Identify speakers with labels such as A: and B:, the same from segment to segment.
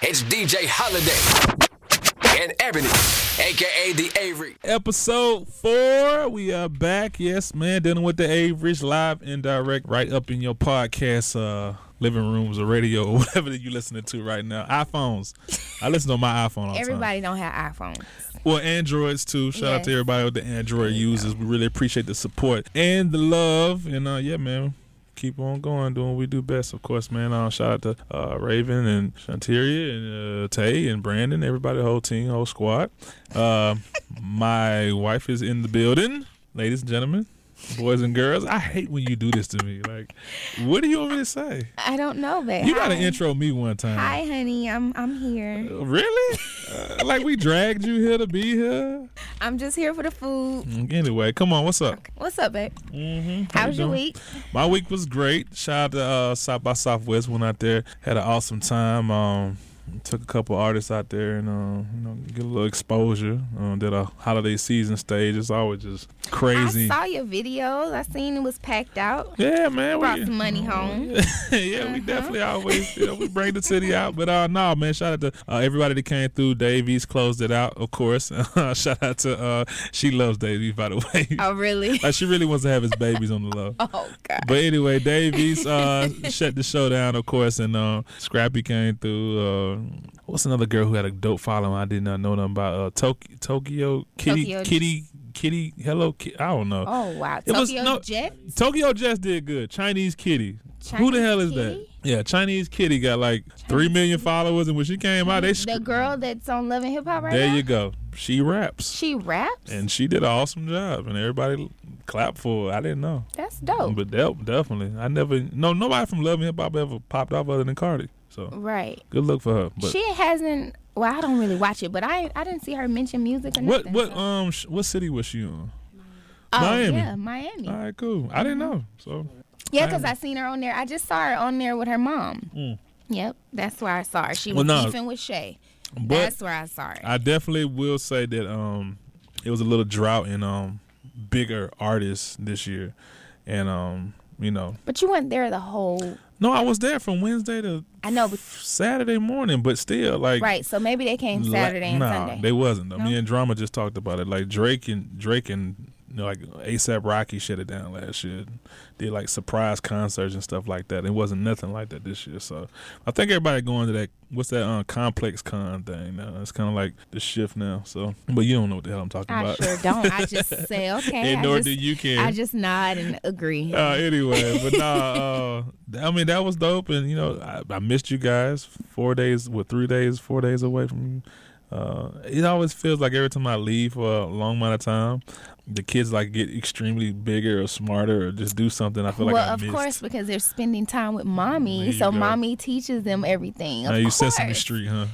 A: It's DJ Holiday and Ebony, aka the Avery.
B: episode four. We are back. Yes, man, dealing with the Average live and direct, right up in your podcast uh living rooms or radio or whatever that you listening to right now. iPhones. I listen on my iPhone all the time.
C: Everybody don't have iPhones.
B: Well, Androids too. Shout out to
C: Yes.
B: everybody with the Android users. We really appreciate the support and the love. And uh, yeah, man. Keep on going, doing what we do best, of course, man. Uh, shout out to uh, Raven and Shanteria and uh, Tay and Brandon, everybody, the whole team, whole squad. Uh, my wife is in the building, ladies and gentlemen, boys and girls. I hate when you do this to me. Like, what do you want me to say?
C: I don't know, but
B: You
C: hi.
B: gotta intro me one time.
C: Hi, honey. I'm I'm here.
B: Really? Uh, like we dragged you here to be here?
C: I'm just here for the food.
B: Anyway, come on, what's up?
C: What's up, babe?
B: Mm-hmm.
C: How was your week?
B: My week was great. Shout out to uh, South by Southwest. Went out there, had an awesome time. Um, took a couple artists out there and uh, you know get a little exposure. Um, did a holiday season stage. It's always just crazy. Oh,
C: I saw your videos. I seen it was packed out.
B: yeah, man.
C: Brought
B: we-
C: some money home.
B: yeah,
C: Uh-huh.
B: we definitely always you know, we bring the city out. But uh, no, man, shout out to uh, everybody that came through. Davies closed it out, of course. shout out to uh, she loves Davies, by the way.
C: Oh, really?
B: Like she really wants to have his babies on the low.
C: Oh God.
B: But anyway, Davies uh, shut the show down, of course, and uh, Scrappy came through. Uh, what's another girl who had a dope following? I did not know nothing about uh, Tokyo, Tokyo Kitty,
C: Tokyo-
B: Kitty, Kitty. Hello, Ki- I don't know.
C: Oh wow.
B: It
C: Tokyo
B: was no-
C: Jet.
B: Tokyo Jets did good. Chinese Kitty. Who the
C: Chinese
B: hell is that?
C: Kitty?
B: Yeah, Chinese Kitty got like three million followers, and when she came out, they sc-
C: The girl that's on Love and Hip Hop right
B: there
C: now.
B: you go. She raps,
C: She raps.
B: and she did an awesome job, and everybody clapped for. Her. I didn't know.
C: that's dope.
B: But de- definitely, I never no nobody from Love and Hip Hop ever popped off other than Cardi. So
C: right.
B: good luck for her. But
C: She hasn't. Well, I don't really watch it, but I I didn't see her mention music or
B: what
C: nothing.
B: what
C: so-
B: um sh- what city was she on?
C: oh,
B: Miami.
C: Yeah, Mm-hmm. Miami.
B: All right, cool. I didn't know. So
C: Yeah, because I seen her on there. I just saw her on there with her mom.
B: Mm.
C: Yep, that's where I saw her. She
B: Well,
C: was
B: no.
C: beefing with Shay.
B: but
C: that's where I saw her.
B: I definitely will say that um it was a little drought in um bigger artists this year, and um you know
C: but you weren't there the whole.
B: no I was there from Wednesday to
C: I know, but
B: Saturday morning, but still like
C: right. So maybe they came
B: La-
C: Saturday and
B: nah,
C: Sunday.
B: they wasn't. I
C: No?
B: mean, and Drama just talked about it. Like Drake and Drake and you know, like ASAP Rocky shut it down last year. Did like surprise concerts and stuff like that. It wasn't nothing like that this year. So I think everybody going to that what's that um, complex con thing now. It's kind of like the shift now. So, but you don't know what the hell I'm talking
C: I
B: about.
C: sure don't. I just say okay.
B: and
C: I
B: nor
C: just,
B: do you care.
C: I just nod and agree.
B: Uh, anyway, but nah, uh, I mean that was dope, and you know I, I missed you guys. Four days, what three days, four days away from you. Uh, it always feels like every time I leave for a long amount of time, the kids like get extremely bigger or smarter or just do something. I feel
C: well,
B: like I
C: of
B: missed.
C: course, because they're spending time with
B: There
C: mommy,
B: you
C: so
B: go.
C: mommy teaches them everything.
B: Now
C: of
B: you
C: course.
B: Sesame Street, huh?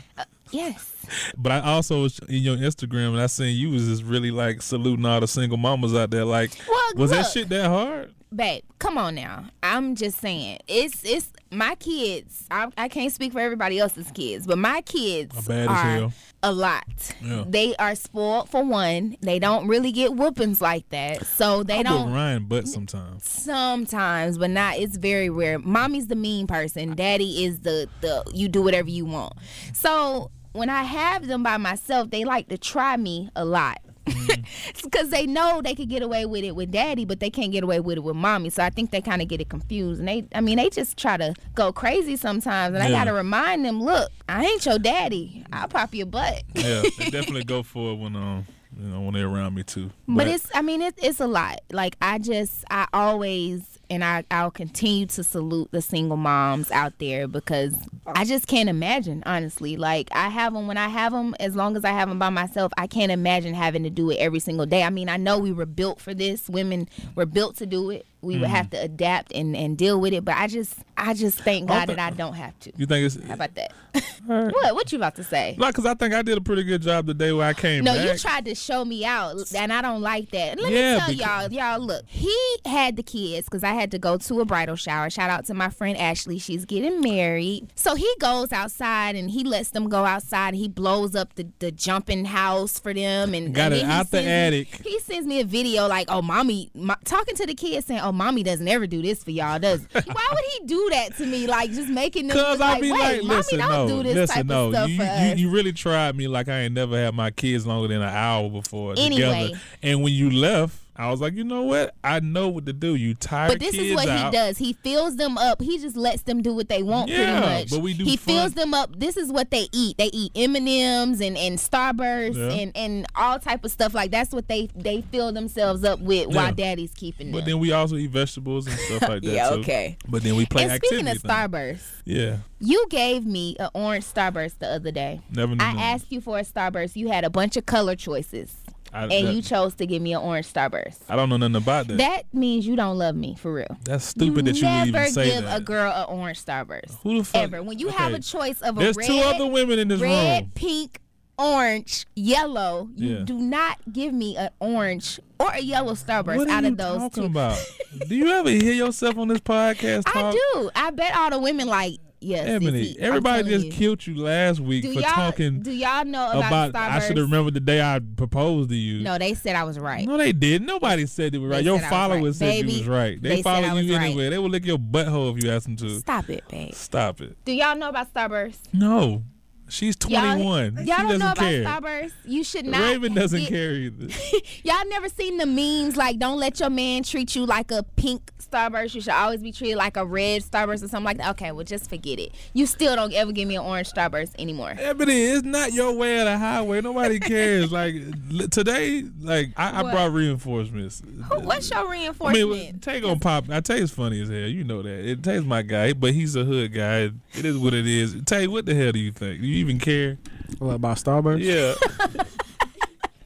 C: Yes.
B: But I also was in your Instagram and I seen you was just really like saluting all the single mamas out there. Like,
C: Well,
B: was that
C: look.
B: shit that hard?
C: babe come on now i'm just saying it's it's my kids i, I can't speak for everybody else's kids but my kids
B: Are bad as
C: are
B: hell.
C: a lot
B: Yeah.
C: they are spoiled for one they don't really get whoopings like that so they
B: I
C: don't
B: put Ryan butt sometimes.
C: sometimes but not it's very rare mommy's the mean person daddy is the the you do whatever you want so when i have them by myself they like to try me a lot because they know they could get away with it with daddy but they can't get away with it with mommy so i think they kind of get it confused and they i mean they just try to go crazy sometimes and i
B: Yeah.
C: gotta remind them look i ain't your daddy i'll pop your butt
B: yeah, they definitely go for it when um you know when they're around me too.
C: But it's, I mean, it, it's a lot. Like, I just, I always, and I, I'll continue to salute the single moms out there because I just can't imagine, honestly. Like, I have them when I have them, as long as I have them by myself, I can't imagine having to do it every single day. I mean, I know we were built for this. Women were built to do it. We would
B: Mm.
C: have to adapt and, and deal with it. But I just, I just thank God
B: think-
C: that I don't have to.
B: you think it's
C: How about that?
B: All right.
C: what? What you about to say?
B: Like, cause I think I did a pretty good job the day where I came
C: No,
B: back.
C: you tried to show me out, and I don't like that. And let
B: Yeah,
C: me tell
B: because-
C: y'all, y'all look. He had the kids because I had had to go to a bridal shower. Shout out to my friend Ashley. She's getting married. So he goes outside and he lets them go outside. He blows up the, the jumping house for them and
B: Got
C: and
B: it
C: then he
B: out the
C: sends me-
B: attic.
C: he sends me a video like, "Oh, mommy," mo- talking to the kids saying, "Oh, mommy doesn't ever do this for y'all, does?" Why would he do that to me? Like just making them
B: Cause
C: just
B: I
C: like,
B: be
C: wait,
B: like,
C: mommy
B: listen,
C: don't
B: no,
C: do this
B: listen,
C: type
B: no,
C: of stuff
B: you,
C: for
B: you
C: us.
B: you really tried me like I ain't never had my kids longer than an hour before
C: Anyway.
B: together. And when you left, I was like, you know what? I know what to do. You tired
C: But this
B: kids
C: is what
B: out.
C: he does. He fills them up. He just lets them do what they want,
B: Yeah,
C: pretty much.
B: but we do
C: he
B: fun-
C: fills them up. This is what they eat. They eat M and M's and and Starburst
B: Yeah.
C: and and all type of stuff. Like that's what they they fill themselves up with
B: Yeah.
C: while Daddy's keeping
B: But
C: them.
B: then we also eat vegetables and stuff like that.
C: Yeah,
B: too.
C: okay.
B: But then we play
C: and speaking
B: activity
C: of
B: thing.
C: Starburst,
B: Yeah,
C: you gave me an orange Starburst the other day.
B: never knew.
C: I
B: that.
C: asked you for a Starburst. You had a bunch of color choices,
B: I,
C: and
B: that-
C: you chose to give me an orange Starburst.
B: I don't know nothing about that.
C: That means you don't love me for real.
B: That's stupid that you would
C: Never
B: even say
C: give
B: that.
C: a girl an orange Starburst.
B: Who the fuck?
C: ever. When you have
B: Okay.
C: a choice of a
B: There's
C: red,
B: two other women in this
C: red,
B: room.
C: pink, orange, yellow, you
B: Yeah.
C: do not give me an orange or a yellow Starburst
B: What are
C: out
B: you
C: of those
B: talking
C: two.
B: about? do you ever hear yourself on this podcast talk?
C: I do. I bet all the women like yes.
B: Ebony,
C: CC, I'm
B: everybody
C: telling
B: just
C: you.
B: killed you last week
C: do
B: for
C: y'all,
B: talking
C: Do y'all know about,
B: about. I
C: Starburst?
B: should have remembered the day I proposed to you.
C: No, they said I was right.
B: No, they didn't. Nobody said it was
C: They
B: right. Your
C: said I was right.
B: followers said
C: Baby,
B: you was right. They,
C: they said I
B: follow you
C: was right.
B: anywhere. They will lick your butthole if you ask them to.
C: Stop it, babe.
B: Stop it.
C: Do y'all know about Starburst?
B: No, she's
C: Y'all,
B: 21.
C: y'all
B: she
C: don't
B: doesn't
C: know about
B: care.
C: Starburst. You should not.
B: Raven doesn't
C: get-
B: care either.
C: Y'all never seen the memes like don't let your man treat you like a pink Starburst. You should always be treated like a red Starburst or something like that. Okay, well just forget it. You still don't ever give me an orange Starburst anymore.
B: Ebony, it's not your way or the highway. Nobody cares. like li- today, like I, I
C: What?
B: brought reinforcements.
C: What's your
B: I
C: reinforcement?
B: mean, what- Tay gonna pop. Now, Tay's funny as hell. You know that. It Tay's my guy, but he's a hood guy. It is what it is. Tay, what the hell do you think? Do you even care?
D: What about Starburst?
B: Yeah.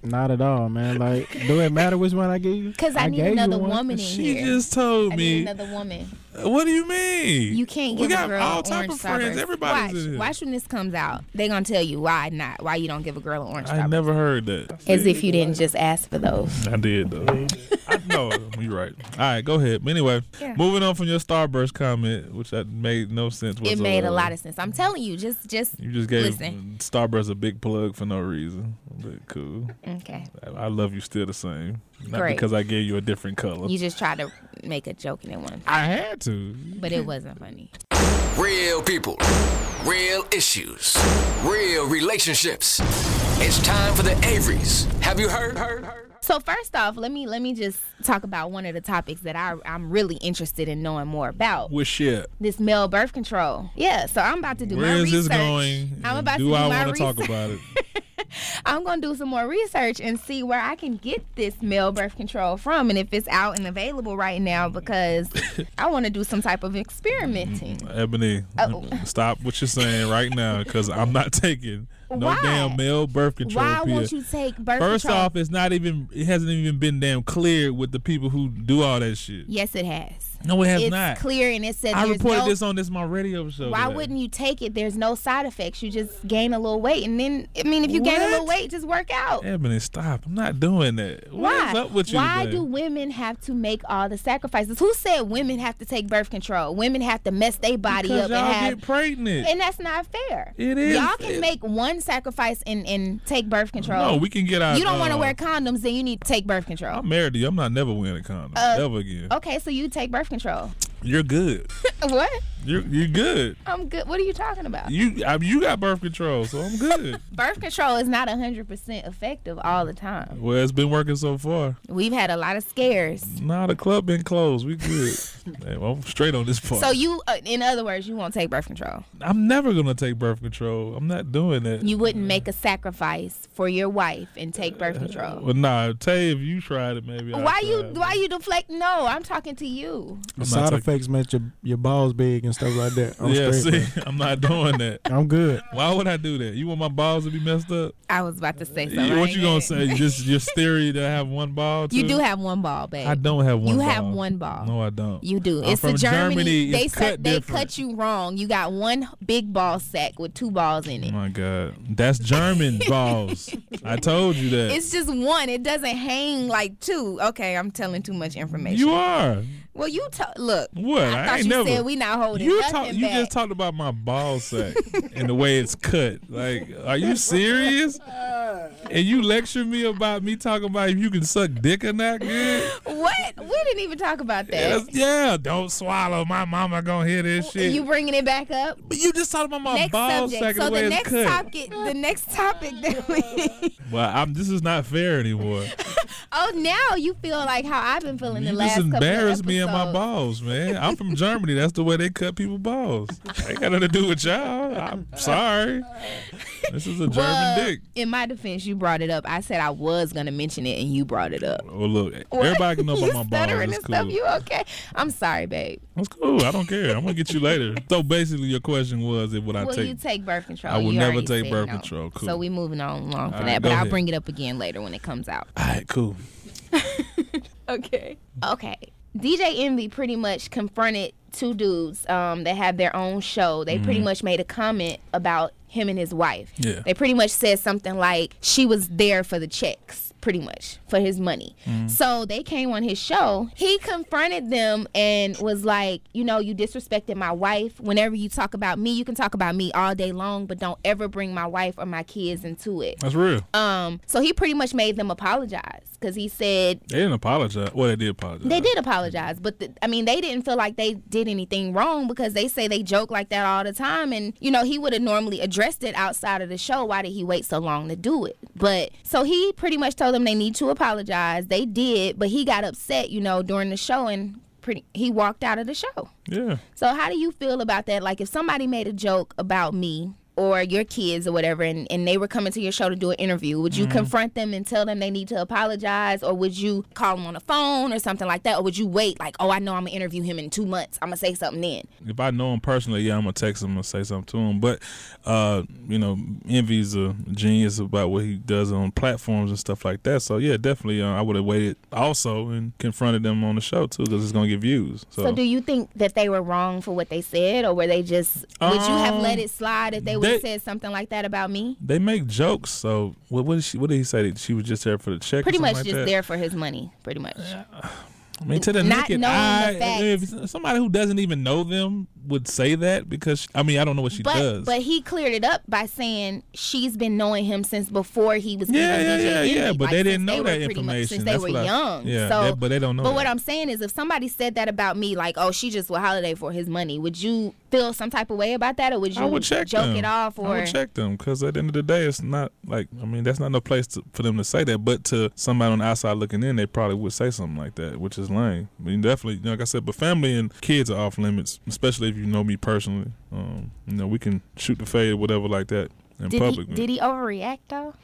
D: Not at all, man. Like, do it matter which one I give you?
C: Cause I, need
D: gave you
C: another
D: one.
C: woman in
B: she
C: here.
B: just told
C: I
B: me.
C: need another woman.
B: What do you mean?
C: You can't
B: We
C: give
B: got
C: a girl
B: all
C: an
B: type
C: orange
B: of friends.
C: Starburst.
B: Everybody's
C: watch,
B: in here.
C: watch when this comes out. They gonna tell you why not. Why you don't give a girl an orange
B: I
C: Starburst?
B: never heard that.
C: As if you didn't just ask for those.
B: I did though. I know you're right. All right, go ahead. But anyway,
C: Yeah.
B: moving on from your Starburst comment, which that made no sense.
C: It
B: Whatsoever.
C: made a lot of sense. I'm telling you, just just
B: You just gave
C: Listen.
B: Starburst a big plug for no reason. But cool.
C: okay.
B: I- I love you still the same. Not
C: Great.
B: because I gave you a different color.
C: You just tried to make a joke and it wasn't,
B: I had to.
C: but it wasn't funny.
A: Real people, real issues, real relationships. It's time for the Averys. Have you heard? Heard? Heard?
C: So first off, let me let me just talk about one of the topics that I I'm really interested in knowing more about
B: With shit.
C: this male birth control. Yeah, so I'm about to do my
B: Where is
C: research.
B: this going? And
C: I'm about
B: do
C: to do
B: I
C: my
B: wanna
C: research.
B: talk about it?
C: I'm gonna do some more research and see where I can get this male birth control from, and if it's out and available right now, because I want to do some type of experimenting.
B: Mm-hmm. Ebony,
C: Oh.
B: stop what you're saying right now because I'm not taking no
C: Why?
B: damn male birth control
C: Why
B: pill.
C: won't you take birth
B: First
C: control?
B: off, it's not even. It hasn't even been damn clear with the people who do all that shit.
C: yes, it has.
B: No, it has
C: it's
B: not.
C: clear, and it said
B: I
C: there's
B: reported
C: no
B: this on this my radio show.
C: Why
B: today.
C: wouldn't you take it? There's no side effects. You just gain a little weight, and then I mean, if you gain a little
B: What?
C: weight, just work out.
B: Ebony, stop! I'm not doing that.
C: Why?
B: What's up with you?
C: Why
B: today?
C: do women have to make all the sacrifices? Who said women have to take birth control? Women have to mess their body
B: Because
C: up
B: y'all
C: and have.
B: get pregnant.
C: and that's not fair.
B: It is
C: Y'all can
B: fair.
C: make one sacrifice and, and take birth control.
B: no, we can get out.
C: you don't want to
B: uh,
C: wear condoms, then you need to take birth control.
B: I'm married to you. I'm not never wearing a condom.
C: Uh,
B: never again.
C: Okay, so you take birth control.
B: You're good.
C: what?
B: You're you're good.
C: I'm good. What are you talking about?
B: You I, you got birth control, so I'm good.
C: Birth control is not 100% effective all the time.
B: well, it's been working so far.
C: We've had a lot of scares.
B: Nah, the club been closed. We good. Hey, well, I'm straight on this part.
C: So you, uh, in other words, you won't take birth control.
B: I'm never gonna take birth control. I'm not doing that.
C: You wouldn't make a sacrifice for your wife and take birth control.
B: well, nah, Tay, if you tried it, maybe. I'll
C: Why
B: try
C: you?
B: it.
C: Why you deflect? No, I'm talking to you.
D: The
B: I'm not
D: side
B: taking-
D: effects make your, your balls big and stuff like that. I'm
B: yeah,
D: straight,
B: see, I'm not doing that.
D: bro. I'm good.
B: Why would I do that? You want my balls to be messed up?
C: I was about to say
B: You-
C: something.
B: what you gonna say? Just your theory that I have one ball?
C: You
B: too?
C: do have one ball, babe.
B: I don't have one.
C: You
B: ball.
C: have one ball.
B: No, I don't.
C: You do.
B: I'm
C: it's
B: from
C: a Germany.
B: Germany.
C: They
B: It's
C: cut,
B: cut
C: they
B: different.
C: cut you wrong. You got one big ball sack with two balls in
B: Oh
C: it.
B: my God, that's German balls. I told you that.
C: It's just one. It doesn't hang like two. Okay, I'm telling too much information.
B: you are.
C: Well, you to- look.
B: What?
C: I,
B: I
C: thought
B: ain't
C: you
B: never-
C: said we not holding
B: You
C: nothing
B: talk,
C: back.
B: you just talked about my ball sack and the way it's cut. Like, are you serious?
C: Uh.
B: And you lecture me about me talking about if you can suck dick or not good?
C: what? We didn't even talk about that.
B: That's- yeah, don't swallow. My mama gonna hear this shit.
C: you
B: You,
C: bringing it back up?
B: you just talking about my
C: next
B: ball
C: subject.
B: sack and
C: So
B: the way
C: the
B: it's
C: next
B: cut.
C: topic, the next topic that we.
B: well, I'm, this is not fair anymore.
C: oh, now you feel like how I've been feeling the
B: You
C: last
B: just
C: couple of
B: embarrassed me and my
C: episodes.
B: balls, man. I'm from Germany. That's the way they cut people balls. Ain't got nothing to do with y'all. I'm sorry. This is a German
C: Well,
B: dick.
C: in my defense, you brought it up. I said I was gonna mention it, and you brought it up.
B: Oh look,
C: What?
B: everybody can know
C: You
B: about my balls.
C: stuttering
B: It's
C: and stuff.
B: cool.
C: You okay? I'm sorry, babe.
B: It's cool. I don't care. I'm gonna get you later. So basically, your question was, if would I
C: Will
B: take?
C: you take birth control?
B: I will
C: You
B: never
C: already
B: take
C: said
B: birth
C: no.
B: control. Cool.
C: So we moving on along from
B: All right, go
C: that, but I'll
B: ahead.
C: bring it up again later when it comes out.
B: All right, cool.
C: Okay. Okay. DJ Envy pretty much confronted two dudes um, that have their own show. They pretty much made a comment about him and his wife.
B: Yeah.
C: They pretty much said something like she was there for the checks, pretty much for his money. So they came on his show. He confronted them and was like, you know, you disrespected my wife. Whenever you talk about me, you can talk about me all day long, but don't ever bring my wife or my kids into it.
B: That's real.
C: Um, so he pretty much made them apologize because he said
B: They didn't apologize. Well, they did apologize.
C: they did apologize, but the, I mean, they didn't feel like they did anything wrong because they say they joke like that all the time. And, you know, he would have normally addressed it outside of the show. Why did he wait so long to do it? But so he pretty much told them they need to apologize. They did, but he got upset, you know, during the show and pretty he walked out of the show.
B: Yeah.
C: So how do you feel about that? Like if somebody made a joke about me or your kids or whatever and, and they were coming to your show to do an interview, would you confront them and tell them they need to apologize or would you call them on the phone or something like that? Or would you wait like, oh I know I'm gonna interview him in two months. I'm gonna say something then.
B: If I know him personally, yeah, I'm gonna text him and say something to him. But uh, you know, Envy's a genius about what he does on platforms and stuff like that. So yeah, definitely, uh, I would have waited also and confronted them on the show too because it's gonna get views. So,
C: So, do you think that they were wrong for what they said or were they just would you have
B: Um,
C: let it slide if they
B: they-
C: would have said something like that about me?
B: they make jokes. So what, what did she? What did he say? That she was just there for the check. or
C: Pretty
B: something
C: much
B: like
C: just
B: that?
C: there for his money, pretty much.
B: I mean, to the
C: Not
B: naked
C: knowing
B: eye,
C: the facts.
B: if somebody who doesn't even know them would say that because I mean, I don't know what she
C: but
B: does.
C: but he cleared it up by saying she's been knowing him since before he was
B: Yeah,
C: even
B: yeah,
C: DJ
B: yeah,
C: Envy.
B: yeah, but
C: like,
B: they
C: since
B: didn't know
C: were
B: that
C: pretty
B: information.
C: since
B: That's
C: they were
B: what I-
C: young.
B: yeah,
C: so,
B: they- but they don't know
C: But what
B: that.
C: I'm saying is, if somebody said that about me, like, oh, she just with holiday for his money, would you feel some type of way about that, or would you
B: I would check
C: joke
B: them.
C: it off, or
B: I would check them because at the end of the day, it's not like I mean that's not no place to, for them to say that. But to somebody on the outside looking in, they probably would say something like that, which is lame. I mean, definitely, like I said, but family and kids are off limits, especially if you know me personally. Um, you know, we can shoot the fade, whatever, like that in
C: did
B: public.
C: he did he overreact though?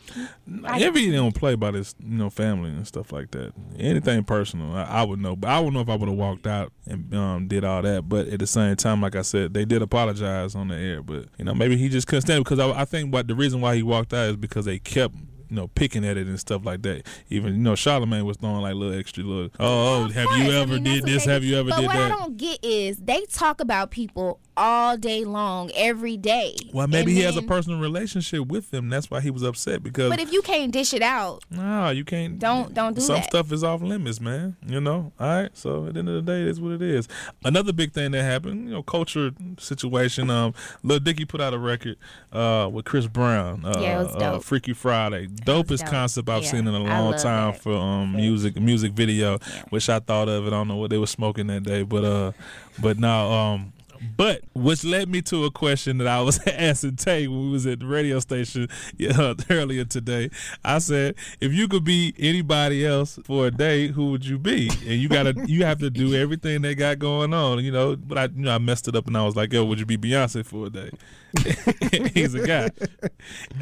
B: Nah, Envy don't play by this, you know, family and stuff like that. Anything personal, I, I would know. But I would know if I would have walked out and um, did all that. But at the same time, like I said, they did apologize on the air. But you know, maybe he just couldn't stand it because I, I think what the reason why he walked out is because they kept. You know, picking at it and stuff like that. Even you know, Charlemagne was throwing like little extra little. Oh, oh have
C: Of
B: you
C: course, I
B: ever
C: mean, that's
B: did
C: what
B: this?
C: they
B: Have
C: do.
B: you ever
C: but
B: did
C: what
B: that?
C: I don't get is they talk about people all day long, every day.
B: Well, maybe
C: And
B: he has a
C: then-
B: personal relationship with them. That's why he was upset because
C: But if you can't dish it out,
B: No, you can't.
C: Don't- don't do
B: Some
C: that.
B: stuff is off limits, man. You know. All right. So at the end of the day, that's what it is. Another big thing that happened, you know, culture situation. Um, Lil Dicky put out a record, uh, with Chris Brown. Uh,
C: Yeah, it was
B: uh,
C: dope.
B: Freaky Friday, dopest
C: dope.
B: concept I've
C: Yeah,
B: seen in a
C: I
B: long
C: love
B: time
C: that.
B: for um music music video, which I thought of. it. I don't know what they were smoking that day, but uh, but now um. But which led me to a question that I was asking Tay when we was at the radio station yeah, earlier today. I said, if you could be anybody else for a day, who would you be? And you gotta, you have to do everything they got going on, you know. But I, you know, I messed it up and I was like, yo, would you be Beyonce for a day? He's a guy.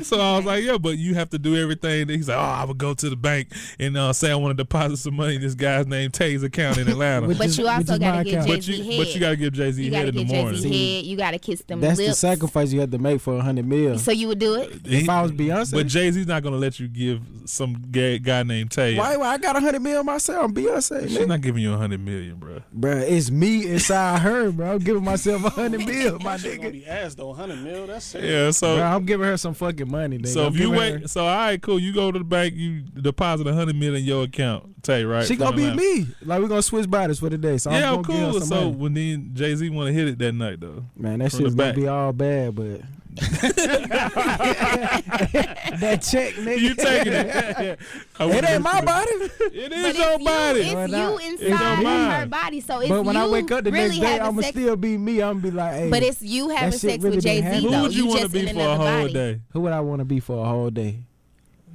B: So I was like, yeah, but you have to do everything. He's like, oh, I would go to the bank and uh, say I want to deposit some money in this guy's named Tay's account in Atlanta.
D: Which
C: but
D: is-
C: you
D: which
C: also
D: is
C: gotta
D: my
C: get
D: account.
B: But
C: Jay-Z
B: you,
C: head.
B: but you gotta give Jay Z
C: You
B: head
C: gotta
B: in the the
C: get Jay-Z
B: morning.
C: head. You gotta kiss them
D: That's the
C: lips.
D: sacrifice you had to make for a hundred mil.
C: So you would do it?
D: If I was Beyonce-
B: but Jay Z's not gonna let you give some gay guy named Tay.
D: Why? Why I got a hundred mil myself? I'm Beyonce,
B: She's
D: man.
B: not giving you a hundred million, bro.
D: bro. It's me inside her, bro. I'm giving myself a hundred mil, my
E: Shit gonna
D: nigga.
E: be ass though, hundred mil. That's it.
B: Yeah, so
D: Bro, I'm giving her some fucking money. Nigga.
B: so
D: I'm
B: if you
D: giving
B: wait, so all right, cool. You go to the bank, you deposit a hundred million in your account, Tay. Right?
D: her, she gonna
B: Something
D: be
B: like-
D: me. Like we're gonna switch bodies for the day. So
B: yeah,
D: I'm gonna give
B: cool.
D: her some
B: So
D: money.
B: when then Jay Z want to hit it that night though,
D: Man, that
B: From
D: shit's
B: the
D: gonna
B: back.
D: be all bad, but that check, nigga.
B: you taking it? I
D: It
B: wouldn't
D: ain't my
B: do that.
D: body.
B: It
C: But
B: is
C: it's
B: your body.
C: you-
D: Why
C: It's you
D: not?
B: your
C: inside her
B: mind.
C: body. So if
D: But when
C: you
D: I wake up the
C: really
D: next day,
C: having
D: I'ma
C: sex,
D: still be me. I'm gonna be like, hey,
C: but it's you having
D: shit
C: sex
D: really
C: with Jay
D: didn't
C: Z
D: happen.
B: Who
C: though.
B: would you, want to
C: just
B: be
C: in
B: for a
C: another
B: whole
C: body.
B: day?
D: who would I want to be for a whole day?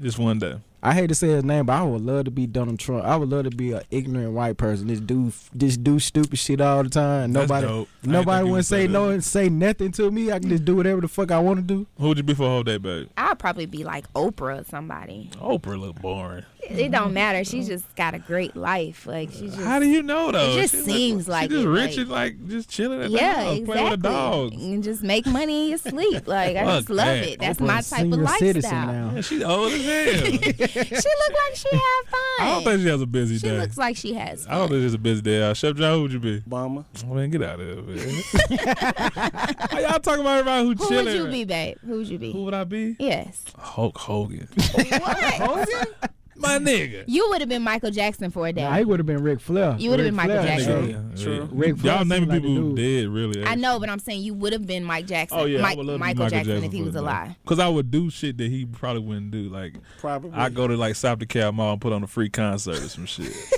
B: Just one day.
D: I hate to say his name, but I would love to be Donald Trump. I would love to be an ignorant white person. This dude, this do stupid shit all the time.
B: That's
D: Nobody,
B: dope. I didn't think
D: nobody
B: you
D: wouldn't
B: would
D: say no
B: that.
D: and say nothing to me. I can just do whatever the fuck I want to do.
B: Who would you be for a whole day, babe?
C: I'd probably be like Oprah or somebody.
B: Oprah look boring.
C: It it don't matter. She just got a great life. Like she just
B: Mm-hmm. How do you know though?
C: just
B: She's
C: seems like
B: she just
C: it,
B: rich
C: like-
B: and like just chilling at the
C: yeah,
B: house,
C: exactly.
B: playing with a dog.
C: And just make money in your sleep. Like I
B: Fuck
C: just love
B: that.
C: it. That's
D: Oprah
C: my
D: is
C: type of
D: senior citizen
C: lifestyle.
D: now.
B: Yeah, she's old as hell.
C: she look like she have fun.
B: I don't think she has a busy
C: she
B: day.
C: looks like she has.
B: I don't
C: fun.
B: think she's a busy day. out. Chef John, who would you be?
E: Obama.
B: I mean, get out of here, man. Why y'all talking about everybody who,
C: Who
B: chilling?
C: would you be, babe? Who would you
B: Who
C: be?
B: would I be?
C: Yes.
B: Hulk Hogan.
C: What?
B: My nigga.
C: You would have been Michael Jackson for a day.
D: Nah, I would have been Ric Flair.
C: You would've
D: Ric
C: been Michael
D: Flair,
C: Jackson.
D: nigga.
B: Yeah,
E: True.
B: yeah.
D: Rick
B: Y'all
D: Frost
B: naming
D: seemed like
B: people who
D: the
B: dead, really.
C: I know, but I'm saying you would have been Mike Jackson.
B: Oh yeah,
C: Mike,
B: I would love to be
C: Michael, Jackson, if he was
B: for a
C: alive.
B: Cause I would do shit that he probably wouldn't do. Like
E: Probably.
B: I go to like South Decal Mall and put on a free concert or some shit.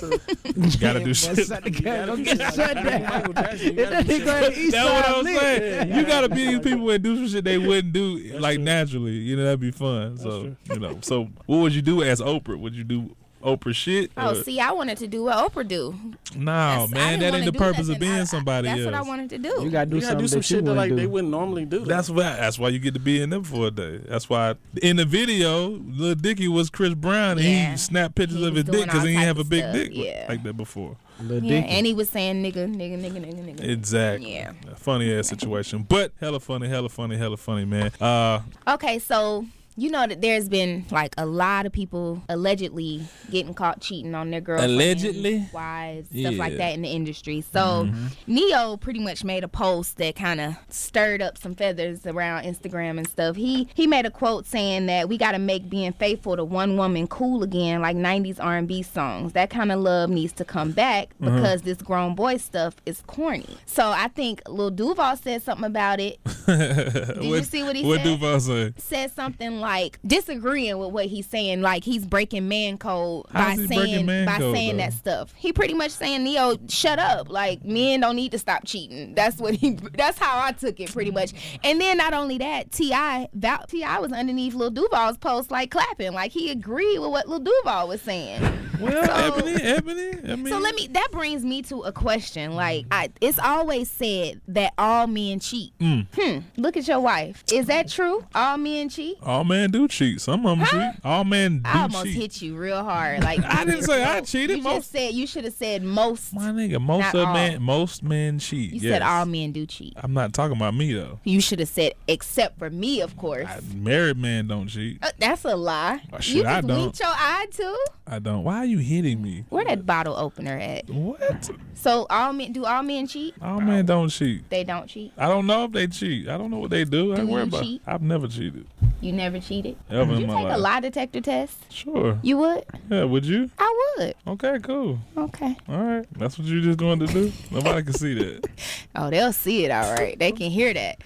B: Gotta do shit.
D: West
B: That's
D: Side the gang.
E: gotta
D: I'm
E: do
D: just
E: shit.
D: shut down.
E: Michael Jackson, you gotta
D: That
E: do shit.
D: nigga East
B: what
D: Side
B: I'm
D: lit.
B: saying. You gotta be these people and do some shit they wouldn't do like
E: true.
B: naturally. You know that'd be fun. so you know. So what would you do as Oprah? Would you do Oprah shit?
C: Oh,
B: or-
C: see, I wanted to do what Oprah do.
B: no,
C: That's- I
B: Oh, man,
C: didn't
B: that
C: wanna
B: ain't the
C: do
B: purpose
C: nothing.
B: of being
C: I- I-
B: somebody
C: That's
B: else.
C: what I wanted to do.
D: You gotta do
E: You gotta
D: something
E: do some
D: that you
E: shit that
D: wouldn't
E: like
D: do.
E: they wouldn't normally do.
B: That's why. That's why you get to be in them for a day. That's why in the video, Lil Dicky was Chris Brown, and
C: Yeah.
B: he snapped pictures
C: He
B: of
C: was
B: his dick
C: doing
B: because he didn't
C: all type
B: have a
C: of
B: big
C: stuff,
B: dick li-
C: yeah.
B: like that before.
D: Lil
C: yeah,
D: Dicky.
C: and he was saying nigga, nigga, nigga, nigga, nigga.
B: Exactly.
C: Yeah.
B: A funny ass situation, but hella funny, hella funny, hella funny, man. Uh,
C: Okay, so you know that there's been like a lot of people allegedly getting caught cheating on their girlfriends,
B: Allegedly?
C: wives, stuff like
B: Yeah. Mm-hmm.
C: that in the industry. So Neo pretty much made a post that kind of stirred up some feathers around Instagram and stuff. He he made a quote saying that we got to make being faithful to one woman cool again, like '90s R&B songs. That kind of love needs to come back
B: Mm-hmm.
C: because this grown boy stuff is corny. So I think Lil Duval said something about it. Did you see what he
B: what
C: said?
B: Duval say?
C: said something like disagreeing with what he's saying, like he's breaking man code
B: How's
C: by
B: he breaking
C: saying
B: man
C: by
B: code,
C: saying
B: though?
C: that stuff. He pretty much saying, Neo, shut up. Like men don't need to stop cheating. That's what he. That's how I took it pretty much. And then not only that, Ti Val, Ti was underneath Lil Duval's post, like clapping, like he agreed with what Lil Duval was saying.
B: Well,
C: So-
B: Ebony, Ebony. I mean,
C: Oh. So let me. That brings me to a question. Like, I, it's always said that all men cheat.
B: Mm.
C: Hmm. Look at your wife. Is that true? All men cheat.
B: All men do cheat. Some of them cheat. All men do
C: I almost
B: cheat.
C: hit you real hard. Like
B: I didn't say I cheated.
C: You
B: Most-
C: just said you should have said most.
B: My nigga, most
C: Not
B: of
C: all.
B: men, most men cheat.
C: You
B: yes.
C: said all men do cheat.
B: I'm not talking about me though.
C: You should have said except for me, of course.
B: Married men don't cheat.
C: Uh, that's a lie.
B: Oh,
C: you
B: shit, I
C: just
B: don't.
C: winked your eye too.
B: I don't. Why are you hitting me?
C: Where that bottle opener at?
B: What?
C: So all men do all men cheat?
B: All men don't cheat.
C: They don't cheat.
B: I don't know if they cheat. I don't know what they do. I
C: Do
B: don't worry
C: you
B: about.
C: cheat?
B: I've never cheated
C: You never cheated.
B: ever
C: Would
B: in
C: you
B: my
C: take
B: life.
C: a lie detector test?
B: Sure.
C: You would?
B: Yeah. Would you?
C: I would.
B: Okay. Cool.
C: Okay.
B: All right. That's what you just wanted to do. Nobody can see that.
C: Oh, they'll see it all right. They can hear that.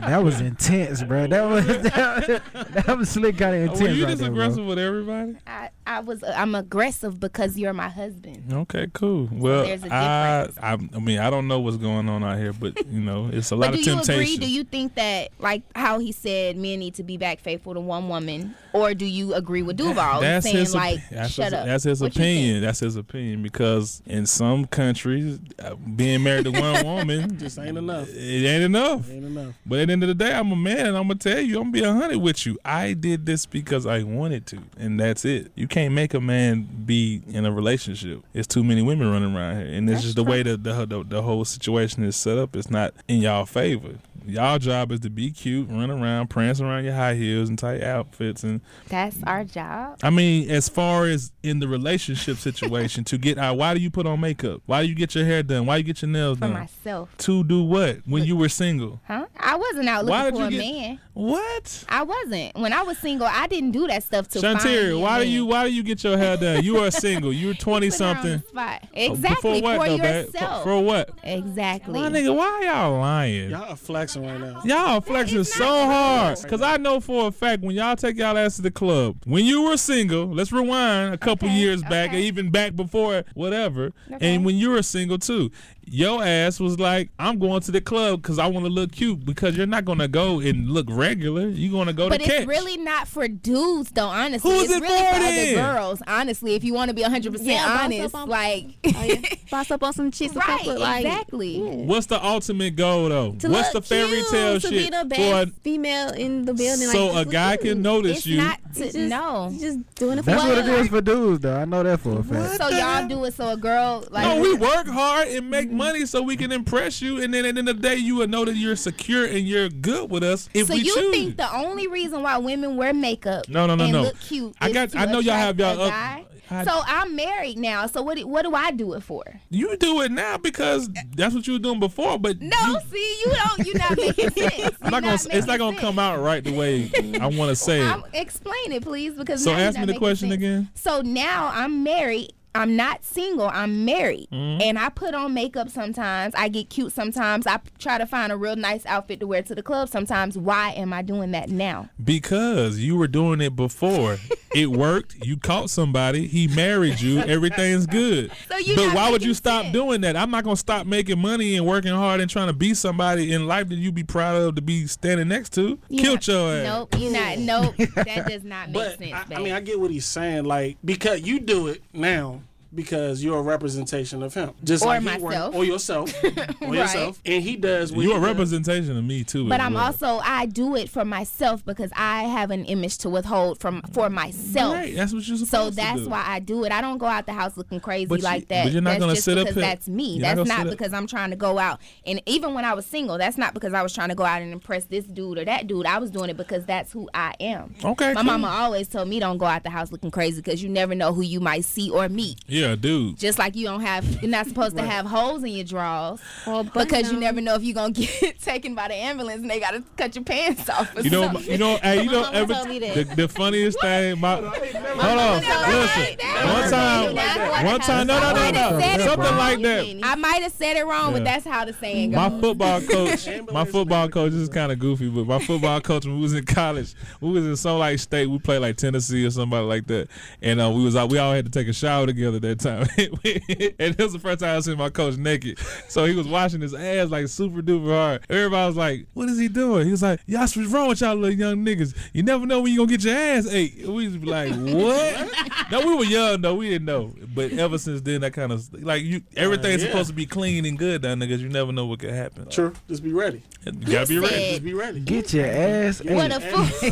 D: That was intense, bro. That was that, was slick kind of intense.
B: Were you
D: right
B: just
D: there, bro.
B: aggressive with everybody?
C: I, I was uh, I'm aggressive because you're my husband.
B: Okay. Cool. Well,
C: there's a
B: I, I, I mean, I don't know what's going on out here, but you know, it's a lot
C: But
B: of
C: do you
B: temptation.
C: agree? Do you think that, like how he said, men need to be back faithful to one woman, or do you agree with Duval
B: that's
C: saying
B: his, op-
C: like,
B: that's
C: shut
B: his,
C: up?
B: That's his
C: What you
B: opinion. That's his opinion because in some countries, uh, being married to one woman,
E: Just ain't enough.
B: it ain't enough.
E: Ain't enough.
B: But at the end of the day, I'm a man, and I'm gonna tell you, I'm gonna be a hundred with you. I did this because I wanted to, and that's it. You can't make a man be in a relationship. It's too many women running around here, and it's just the way that the, the the whole situation is set up. It's not in y'all favor. Y'all job is to be cute, run around, prance around your high heels and tight outfits, and
C: That's our job.
B: I mean, as far as in the relationship situation, to get out, why do you put on makeup? Why do you get your hair done? Why you get your nails
C: For
B: done?
C: myself,
B: To do what when you were single?
C: huh? I wasn't out
B: Why
C: looking
B: did
C: for
B: you
C: a
B: get-
C: man.
B: What?
C: I wasn't. When I was single, I didn't do that stuff to find me a
B: Shantira, why do
C: man.
B: you why do you get your hair done? You are single. You're twenty
C: Putting her on the
B: something.
C: spot. um, Exactly for,
B: though, babe? For-
C: yourself.
B: For what?
C: exactly.
B: My nigga, why y'all lying?
E: Y'all are flaxing right now.
B: Y'all flexing so hard. Cause I know for a fact when y'all take y'all ass to the club, when you were single, let's rewind a couple
C: Okay,
B: years back,
C: okay.
B: or even back before whatever.
C: Okay.
B: And when you were single too, your ass was like, I'm going to the club because I want to look cute because you're not gonna go and look regular. You're gonna go
C: but
B: to
C: it's
B: catch.
C: really not for dudes, though. Honestly,
B: Who's
C: it's
B: it
C: really
B: for
C: for
B: then?
C: other girls. Honestly, if you want to be 100
F: Yeah, boss
C: percent
F: up
C: honest,
F: on-
C: like
F: Oh, yeah. Boss up on some chicks. to fuck
C: right,
F: with, like,
C: exactly.
B: What's the ultimate goal though?
F: to
B: What's the
F: look
B: fairy
F: cute,
B: tale
F: to
B: shit?
F: Be the
B: for
F: best
B: a-
F: female in the building. like,
B: so
F: just
B: a
F: look
B: guy
F: cute.
B: can notice
C: It's
B: you.
C: not
F: It's
C: to,
F: Just,
C: no.
F: just doing it for
D: That's what
F: what?
D: it is for dudes, though. I know that for a fact.
C: So y'all do it so a girl like Mm-hmm.
B: no, we work hard and make money so we can impress you, and then at the end of the day, you will know that you're secure and you're good with us if
C: So
B: we
C: you
B: choose.
C: think the only reason why women wear makeup
B: No, no, no,
C: and
B: no.
C: look cute
B: I
C: is
B: got-
C: to
B: I know y'all have
C: attract
B: y'all
C: a
B: up-
C: guy?
B: I-
C: so I'm married now. So what? do- What do I do it for?
B: you do it now because that's what you were doing before, but
C: No,
B: you-
C: see, you don't. You're not making sense.
B: I'm not gonna. It's not gonna come out right the way I want to say it.
C: I'm, explain it, please, because
B: So
C: now you're
B: ask
C: not
B: me the
C: making
B: question
C: sense.
B: again.
C: So now I'm married. I'm not single. I'm married,
E: Mm-hmm.
C: and I put on makeup sometimes. I get cute sometimes. I p- try to find a real nice outfit to wear to the club sometimes. Why am I doing that now?
B: Because you were doing it before. it worked. You caught somebody. He married you. Everything's good.
C: So you're
B: but
C: not
B: why would
C: making
B: you stop
C: sense.
B: doing that? I'm not going to stop making money and working hard and trying to be somebody in life that you be proud of to be standing next to. Killed your ass.
C: Nope, you're not. Nope, that does not make
E: But
C: sense.
E: I,
C: babe.
E: I mean, I get what he's saying. Like because you do it now because you're a representation of him, just
C: Or
E: like he were-
C: myself.
E: or yourself, or yourself, and he does. What
B: You're
E: he
B: a
E: does.
B: representation of me, too.
C: But
B: as
C: I'm
B: well.
C: also I do it for myself because I have an image to withhold from for myself.
B: Right. That's what you're supposed
C: So
B: to
C: that's
B: do.
C: why I do it. I don't go out the house looking crazy
B: But you-
C: like that.
B: but you're not
C: that's
B: gonna
C: just
B: sit up
C: because
B: here-
C: that's me.
B: you're not
C: that's
B: gonna
C: not
B: sit up-
C: because I'm trying to go out. And even when I was single, that's not because I was trying to go out and impress this dude or that dude. I was doing it because that's who I am.
B: Okay,
C: My
B: cool.
C: mama always told me don't go out the house looking crazy because you never know who you might see or meet.
B: Yeah, dude.
C: Just like you don't have, you're not supposed to have holes in your drawers
F: Well,
C: because you
F: no.
C: never know if you're gonna get taken by the ambulance and they gotta cut your pants off. Or
B: You know,
C: something.
B: you know, hey, you
F: My
B: know,
F: mama
B: every,
F: told me that.
B: the, the funniest thing, my, hold
F: mama
B: on,
F: never had
B: listen,
C: that.
B: one
C: Never
B: time,
C: had that.
B: one time, no, no,
C: I
B: no,
C: would've said
B: no,
C: it
B: something
C: wrong.
B: like that.
C: I might have said it wrong, but
B: Yeah.
C: that's how the saying goes.
B: My football coach, my football coach this is kind of goofy, but my football coach when we was in college, we was in some like state, we played like Tennessee or somebody like that, and uh, we was out, we all had to take a shower together that time, and it was the first time I seen my coach naked, so he was washing his ass like super duper hard. Everybody was like, "What is he doing?" He was like, "Y'all, what's wrong with y'all little young niggas? You never know when you gonna get your ass ate." We was like, "What?" no, we were young though, we didn't know, but ever since then, that kind of like you, everything's
E: yeah.
B: supposed to be clean and good down there because you never know what could happen.
E: True. Just be ready.
B: You gotta be ready.
E: Just be ready.
D: Get your ass.
C: What
D: ate.
C: a fool!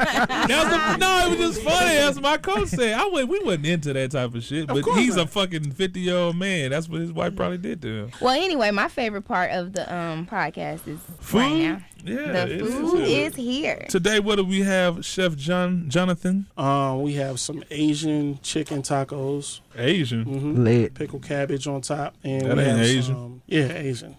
B: That's a, no, it was just funny. That's what my coach said. I went, we wasn't into that type of Mm-hmm. shit, but
E: course
B: he's a
E: not.
B: fucking fifty year old man. That's what his wife probably did to him.
C: well, anyway, my favorite part of the um podcast is right now.
B: yeah,
C: The
B: it
C: food
B: uh,
C: is here.
B: Today, what do we have? Chef John Jonathan,
E: Um, we have some Asian chicken tacos, Mm-hmm.
B: Asian.
D: Lit.
E: pickled cabbage on top, and
B: That
E: we
B: ain't
E: have
B: Asian.
E: some- yeah, Asian.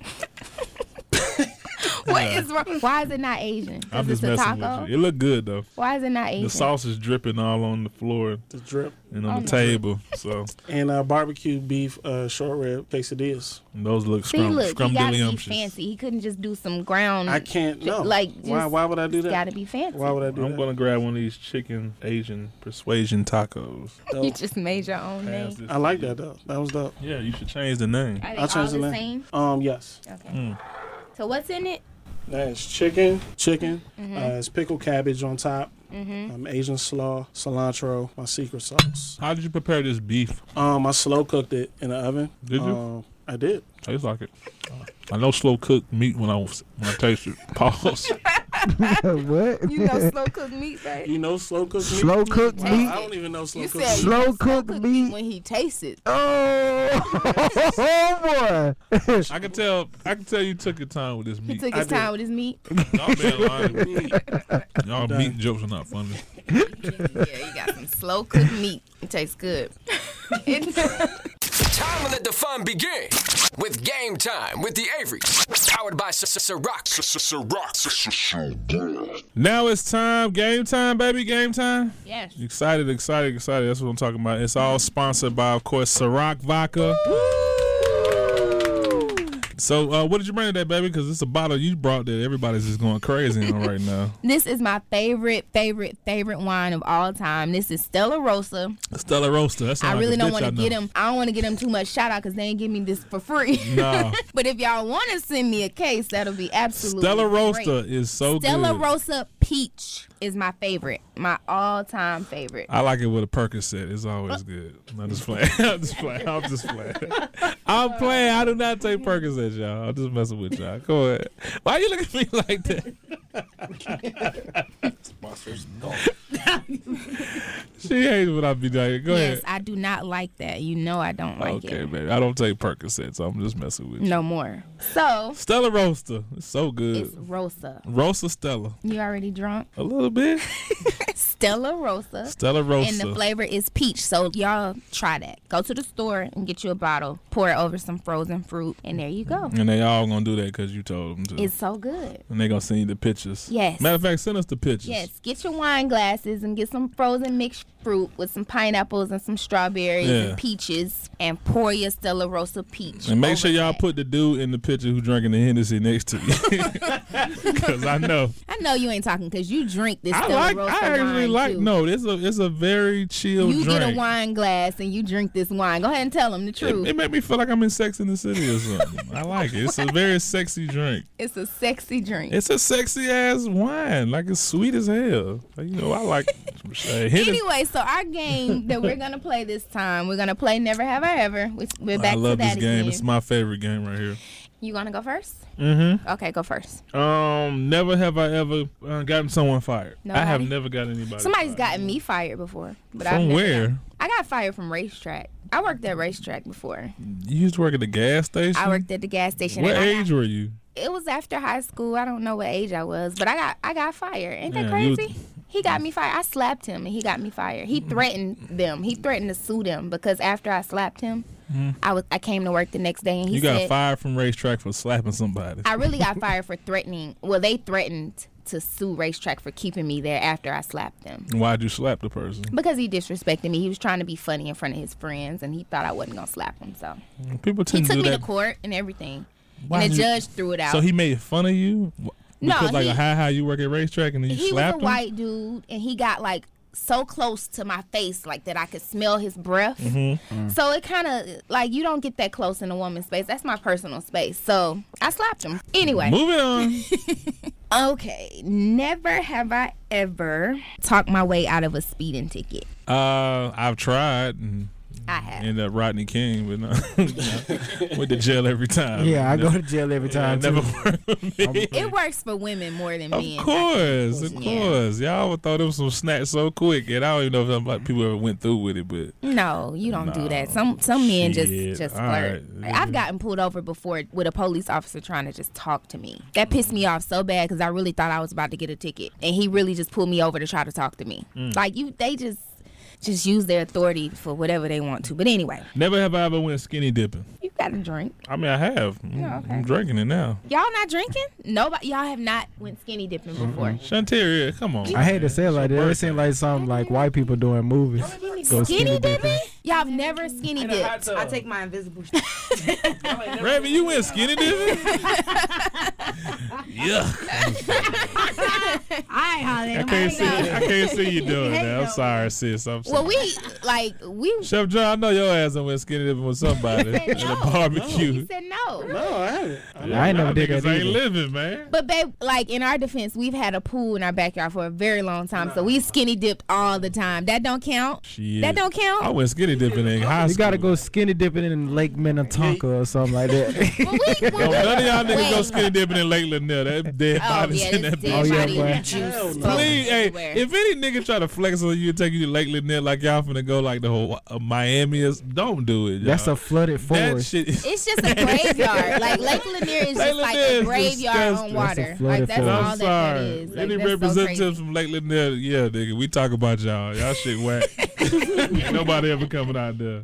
C: What is wrong? Why is it not Asian? 'Cause
B: I'm
C: it's
B: just
C: a
B: messing
C: taco.
B: with you. It looked good though.
C: Why is it not Asian?
B: The sauce is dripping all on the floor
E: The drip
B: and on
C: Oh,
B: the
C: my.
B: table. So
E: and uh, barbecue beef uh, short rib quesadillas.
B: those look
C: See,
B: scrum
C: look, he gotta be
B: scrumdiddlyumptious.
C: fancy. He couldn't just do some ground.
E: I can't
C: Ju-
E: no.
C: Mm. like,
E: why?
C: just-
E: Why would I do
C: It's
E: that?
C: gotta be fancy.
E: Why would I do
B: I'm
E: that?
B: gonna grab one of these chicken Asian persuasion tacos.
E: Dope.
C: You just made your own
B: Pass
C: name.
B: this
E: I
B: to
E: like
B: you.
E: that though. That was dope.
B: Yeah, you should change the name.
C: Are they
E: I'll
C: all
E: change
C: the
E: the name.
C: same?
E: Um, yes.
C: Okay.
B: Mm.
C: So what's in it?
E: That's chicken, chicken.
C: Mm-hmm.
E: Uh, it's pickled cabbage on top. Um, Asian slaw, cilantro, my secret sauce.
B: How did you prepare this beef?
E: Um, I slow cooked it in the oven.
B: Did you?
E: Um, I did.
B: Tastes like it. I know slow cooked meat when I was- when I taste it. Pause.
D: what?
C: You know slow cooked meat, right?
E: You know slow cooked meat?
D: Slow cooked
E: Wow,
D: meat.
E: I don't even know slow
C: You
E: cooked
C: said
E: meat. Oh,
D: Slow
C: you know
D: cooked meat.
C: when he tastes it.
D: oh boy.
B: I can tell. I can tell you took your time with this
C: He
B: meat.
C: took
E: I
C: his
E: did.
C: time with his meat.
B: Y'all being lying to me. Y'all meat jokes are not funny.
C: yeah, you got some slow cooked meat. It tastes good.
A: Time to let the fun begin with Game Time with the Averys. Powered by Ciroc.
B: Now it's time. Game time, baby. Game time.
C: yes.
B: Excited, excited, excited. That's what I'm talking about. It's all sponsored by, of course, Ciroc Vodka. So, uh, what did you bring today, baby? Because it's a bottle you brought that everybody's just going crazy on right now.
C: This is my favorite, favorite, favorite wine of all time. This is Stella Rosa.
B: Stella Roaster. That's
C: I really don't
B: want to
C: get them. I don't want to get them too much shout out because they ain't give me this for free.
B: Nah.
C: but if y'all want to send me a case, that'll be absolutely
B: Stella
C: great.
B: Roaster is so
C: Stella
B: good.
C: Rosa Peach is my favorite, my all-time favorite.
B: I like it with a Percocet. It's always good. I'm just playing. I'm just playing. I'm just playing. I'm playing. I do not take Percocet, y'all. I'm just messing with y'all. Go ahead. Why you looking at me like that? she hates what I be doing. Go ahead.
C: yes, I do not like that. You know I don't like
B: okay,
C: it
B: baby. I don't take Percocet, so I'm just messing with you.
C: no more. So
B: Stella Roaster. It's so
C: it's
B: good.
C: Rosa.
B: Roaster Stella.
C: You already drunk?
B: A little bit.
C: Stella Rosa.
B: Stella
C: and the
B: Roaster.
C: flavor is peach. So y'all try that. Go to the store and get you a bottle. Pour it over some frozen fruit, and there you go.
B: And they all gonna do that because you told them to.
C: It's so good.
B: and they gonna send you the pictures.
C: Yes.
B: Matter of fact, send us the pictures.
C: Yes, get your wine glasses and get some frozen mixed fruit with some pineapples and some strawberries
B: Yeah.
C: and peaches, and pour your Stella Rosa peach.
B: And make
C: over
B: sure y'all
C: that.
B: put the dude in the picture who drinking the Hennessy next to you, because I know
C: I know you ain't talking because you drink this.
B: I
C: Stella
B: like.
C: Rosa
B: I actually
C: wine,
B: like.
C: too.
B: No, it's a it's a very chill
C: You
B: drink.
C: get a wine glass and you drink this wine. Go ahead and tell them the truth.
B: It, it make me feel like I'm in Sex in the City or something. I like it. It's a very sexy drink.
C: it's a sexy drink.
B: It's a sexy ass wine. Like it's sweet as hell. Like, you know, I like. Uh, Hennessy.
C: Anyway, so our game that we're gonna play this time, we're gonna play Never Have I Ever. We- We're back
B: I love
C: to that
B: this game.
C: again.
B: It's my favorite game right here.
C: you wanna go first? Mm-hmm. Okay, go first.
B: Um, never have I ever uh, gotten someone fired. I have
C: Nobody?
B: never got anybody.
C: Somebody's
B: fired.
C: gotten me fired before, but I've
B: From
C: never
B: where?
C: got- I got fired from racetrack. I worked at racetrack before.
B: You used to work at the gas station.
C: I worked at the gas station.
B: Mm-hmm. What
C: and I got-
B: age were you?
C: it was after high school. I don't know what age I was, but I got I got fired. Ain't that
B: Yeah, you
C: crazy?
B: was-
C: He got me fired. I slapped him and he got me fired. He threatened them. He threatened to sue them because after I slapped him, I was I came to work the next day and he
B: Mm-hmm. you got
C: said,
B: fired from racetrack for slapping somebody.
C: I really got fired for threatening. Well, they threatened to sue Racetrack for keeping me there after I slapped them
B: Why'd you slap the person?
C: because he disrespected me. He was trying to be funny in front of his friends, and he thought I wasn't gonna slap him. So
B: People
C: he
B: tend to
C: took
B: do
C: me
B: that.
C: to court and everything,
B: Why
C: and
B: did
C: the
B: you-
C: judge threw it out.
B: So he made fun of you. Wh-
C: No,
B: Because like
C: he-
B: a hi hi, you work at racetrack and then you
C: he was a
B: slapped him.
C: white dude, and he got like so close to my face, like that I could smell his breath.
B: Mm-hmm. Mm.
C: So it kind of like you don't get that close in a woman's space. That's my personal space. So I slapped him anyway.
B: Moving on.
C: Okay, never have I ever talked my way out of a speeding ticket.
B: uh, I've tried and
C: I have.
B: end up Rodney King, but no, no. went to jail every time.
D: Yeah, I
B: No,
D: go to jail every
B: I
D: time.
B: never
D: too.
B: worked with me.
C: It works for women more than men.
B: Of course, of
C: Yeah.
B: course. Y'all would thought it was some snatch so quick, and I don't even know if I'm like people ever went through with it, but
C: No, you don't do that. Some some men
B: Shit,
C: just just
B: all
C: flirt.
B: right.
C: I've gotten pulled over before with a police officer trying to just talk to me. That pissed me off so bad because I really thought I was about to get a ticket, and he really just pulled me over to try to talk to me.
B: Mm.
C: Like you, they just just use their authority for whatever they want to. But anyway,
B: never have I ever went skinny dipping.
C: you got to drink.
B: I mean, I have. I'm,
C: Yeah, okay.
B: I'm drinking it now.
C: Y'all not drinking? Nobody. Y'all have not went skinny dipping before.
B: Chanteria, come on.
D: I hate to say it like that. It seemed like something like white people doing movies. Go
C: Skinny dipping? Y'all have never skinny dipped.
G: I take my invisible.
B: Raven, you went skinny dipping? Yuck.
G: I ain't hollering.
B: I can't see. I can't see you doing that. I'm sorry, sis. I'm sorry.
C: Well, we like we.
B: Chef John, I know your ass done went skinny dipping with somebody at a
C: no.
B: barbecue.
C: He said no.
E: No, I haven't.
D: I ain't never
B: Y'all
D: did
B: niggas
D: that
B: ain't
D: either.
B: living, man.
C: But babe, like in our defense, we've had a pool in our backyard for a very long time, so we skinny dipped all the time. That don't count.
B: Shit.
C: That don't count.
B: I went skinny dipping in high school.
D: You gotta go skinny dipping in Lake Minnetonka or something like that.
C: But we, when
B: Yo,
C: we-
B: Oh, none of y'all niggas
C: Wait.
B: go skinny dipping living in Lake Lanier. That dead
C: Oh
B: body's
C: yeah,
B: in
C: this
B: that
C: dead
B: bitch.
D: Oh, yeah,
C: body
D: boy.
C: juice.
E: Hell no.
C: flowing
B: Please, hey,
C: everywhere.
B: if any nigga try to flex on you, take you to Lake Lanier like y'all finna go like the whole uh, Miami, is- don't do it.
D: That's
B: y'all.
D: a flooded
B: that
D: forest.
B: shit.
C: It's just a graveyard. like Lake Lanier is
B: Lake
C: just like
B: Lanier
C: a
B: is
C: graveyard on
B: disgusting.
D: That's a
C: water.
D: flooded
C: Like that's
D: forest.
C: all
B: I'm
C: that that
B: sorry.
C: is.
B: Any
C: Like, that's so
B: representatives
C: crazy.
B: from Lake Lanier, yeah, nigga, we talk about y'all. Y'all shit whack. Ain't nobody ever coming out there.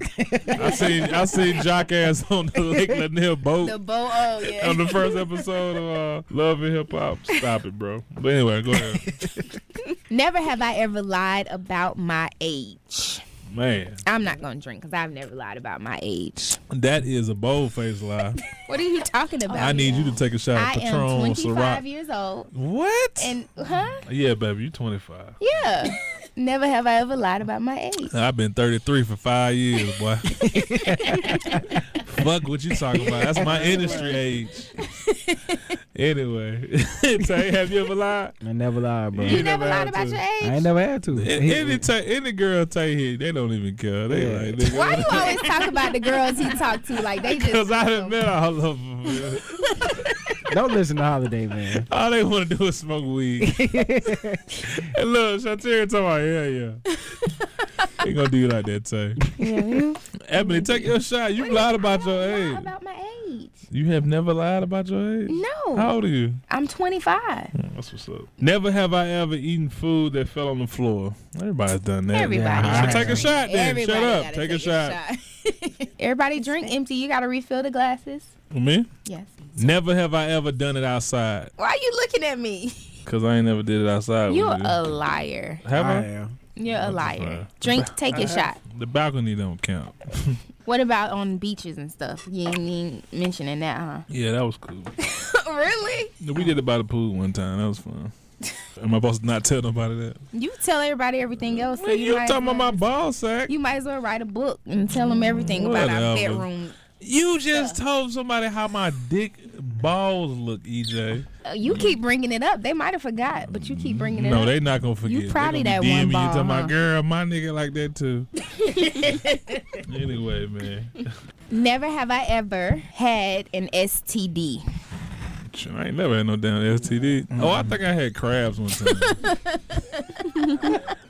B: I seen I seen jock ass on the Lake Lanier boat.
C: the bow. Oh yeah.
B: on the first episode of uh, Love and Hip Hop. Stop it, bro. But anyway, go ahead.
C: Never have I ever lied about my age.
B: Man,
C: I'm not gonna drink because I've never lied about my age.
B: that is a bold faced lie.
C: What are you talking about?
B: I need you to take a shot
C: I
B: of
C: am
B: Patron
C: 25
B: Ciroc.
C: years old,
B: What?
C: and huh?
B: yeah, baby, you 25.
C: Yeah. Never have I ever lied about my age.
B: I've been 33 for five years, boy. Fuck what you talking about. That's my industry age. Anyway, Tay, have you ever lied?
D: I never lied, bro.
B: You
C: You,
B: ain't
C: never
B: never
C: lied
B: had
C: about
B: to.
C: your
D: I
C: age.
D: ain't never had to.
B: Any, any, ta- any girl Tay hit, they don't even care. They
D: Yeah.
B: like, nigga.
C: Why you always talk about the girls he talked to? Like they just
B: Because I done met all of them.
D: Don't listen to Holiday, man.
B: All they want to do is smoke weed. and look, Shantir talking about, yeah, yeah. Ain't gonna do you like that, Tay. Ebony, take your shot. You lied about your
C: lie
B: age.
C: about my age.
B: You have never lied about your age?
C: No,
B: How old are you?
C: I'm 25.
B: That's what's up. Never have I ever eaten food that fell on the floor. Everybody's done that.
C: Everybody.
B: So
D: Alright.
B: take a shot then.
C: Everybody
B: Shut up.
C: gotta
B: Take, a shot.
C: shot. Everybody drink empty. You gotta refill the glasses.
B: Me?
C: Yes.
B: Never have I ever done it outside.
C: Why are you looking at me?
B: Because I ain't never did it outside.
C: You're
B: with you.
C: a liar.
B: Have I?
D: I am.
C: You're a liar.
B: fine.
C: Drink. Take a shot.
B: The balcony don't count.
C: What about on beaches and stuff? You ain't even mentioning that,
B: Yeah, that was cool.
C: huh? really?
B: We did it by the pool one time. That was fun. Am I supposed to not tell nobody that?
C: You tell everybody everything else. so
B: Man, you
C: might as
B: talking about my
C: well-
B: ball sack? You,
C: You might as well write a book and tell them everything about our
B: Whatever.
C: bedroom.
B: just told somebody how my dick balls look, E EJ.
C: Uh, you keep bringing it up. They might have forgot, but you keep bringing it
B: No,
C: up.
B: they not gonna forget.
C: You
B: They
C: probably
B: gonna be
C: that one
B: DMing
C: ball,
B: You talking
C: huh?
B: about girl, my nigga like that too. anyway, man,
C: Never have I ever had an STD.
B: Shit, I ain't never had no damn STD.
C: Mm-hmm.
B: Oh, I think I had crabs one time,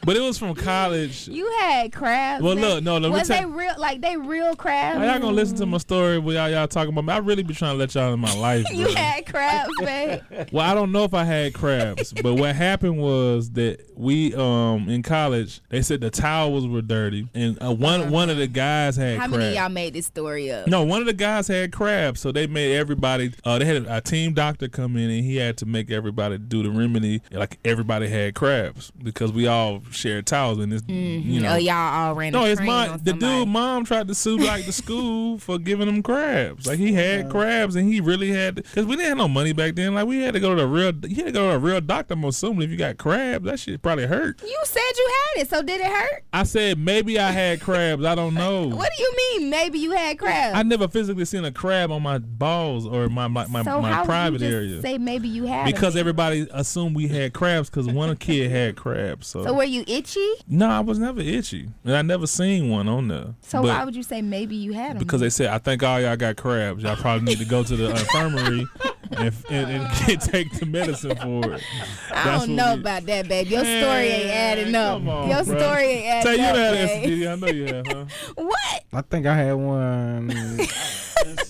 B: but it was from college.
C: You had crabs.
B: Well,
C: man.
B: look, uh, no, let me
C: was
B: tell-
C: they real? Like they real crabs?
B: Are y'all gonna listen to my story without y'all talking about me? I really be trying to let y'all in my life.
C: You
B: bro.
C: had crabs, babe.
B: Well, I don't know if I had crabs, but what happened was that we um in college they said the towels were dirty, and uh, one one of the guys had
C: Uh-huh. How
B: crabs.
C: many of y'all made this story up?
B: No, one of the guys had crabs, so they made everybody. Uh, they had a, a team doctor come in, and he had to make everybody do the remedy. Like everybody had crabs because we all shared towels, and it's you know.
C: oh, y'all all ran.
B: No,
C: a
B: his
C: train
B: mom.
C: on
B: The
C: somebody.
B: dude, mom tried to sue like the school for giving him crabs. Like he had crabs, and he really had because we didn't have no money back then. Like we had to go to the real. You had to go to a real doctor. I'm assuming if you got crabs, that shit probably hurt.
C: You said you had it, so did it hurt?
B: I said maybe I had crabs. I don't know.
C: What do you mean? Maybe you had crabs.
B: I never physically seen a crab on my balls or my my my,
C: so how
B: my
C: would
B: private
C: you just
B: area
C: Say maybe you had it.
B: because everybody assumed we had crabs because one kid had crabs. So,
C: So were you itchy?
B: no, I was never itchy, and I never seen one on there.
C: So
B: But-
C: why would you say maybe you had them?
B: because they said, I think all y'all got crabs. Y'all probably need to go to the infirmary and, and, and get, take the medicine for it.
C: I
B: that's
C: don't
B: what
C: know
B: we-
C: about that, babe. Your story ain't
B: Man,
C: adding up.
B: come on,
C: Your
B: bruh.
C: story ain't adding
B: Tell you
C: up.
B: that
C: babe.
B: STD. I know you have, huh?
C: What?
D: I think I had one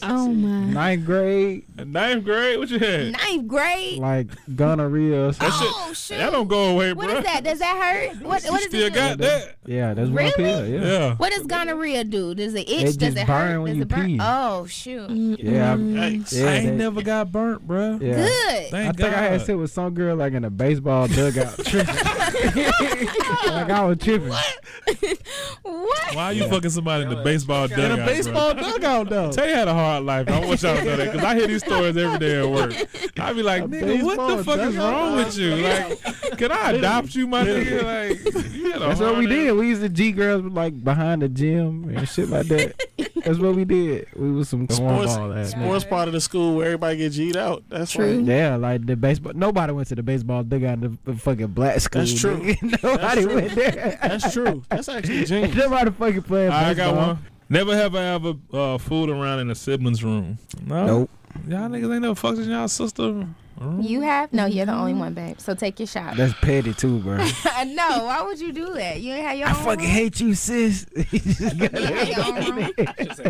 F: Oh my.
D: ninth grade,
B: In ninth grade, what you had?
C: Ninth grade?
D: like gonorrhea. or something.
C: oh shoot!
B: That don't go away,
C: what
B: bro.
C: is that? Does that hurt? What? What
B: you
C: does
B: still
C: it do?
B: got that?
D: Yeah, that's
C: Really?
D: one pill. Yeah.
B: Yeah.
C: What does gonorrhea do? Does it itch?
D: It
C: does
D: just
C: it
D: burn
C: hurt?
D: when
C: does
D: you
C: it burn?
D: pee.
C: Oh shoot!
D: Yeah. I-
E: Mm.
B: I
D: Yeah,
B: ain't
D: they-
B: never got burnt, bro.
D: yeah.
C: Good.
B: Thank
D: I think I had
B: God.
D: sex with some girl like in a baseball dugout. tripping. like I was tripping.
C: What?
B: Why are you fucking somebody in the baseball dugout?
D: In a
B: bruh?
D: baseball dugout though.
B: Tay had a hard life. I want y'all to know that because I hear these stories every day at work. I be like, nigga, what the
D: baseball
B: fuck is
D: dugout.
B: wrong with you? Like, can I adopt you, my nigga? Like, you had a
D: That's what we
B: hard
D: did. We used to G girls like behind the gym and shit like that. That's what we did. We was some
E: Sports,
D: cornball ass. niggas.
E: sports part of the school where everybody get G'd out. That's
F: True.
E: Like,
D: Yeah, like the baseball. Nobody went to the baseball dugout in the fucking black school.
E: That's true.
D: nigga. Nobody
E: true.
D: went there.
E: that's true. That's actually
D: Ain't
E: genius.
D: Nobody fucking playing
B: I
D: baseball.
B: got one. Never have I ever uh, fooled around in a sibling's room. No.
D: Nope.
B: Y'all niggas ain't never fucked with y'all sister.
C: You have no. You're the only one, babe. So take your shot.
D: That's petty too, bro.
C: no, why would you do that? You ain't had your
D: I
C: own.
D: fucking
C: room?
D: hate you, sis. he just got
C: You ain't had your own room?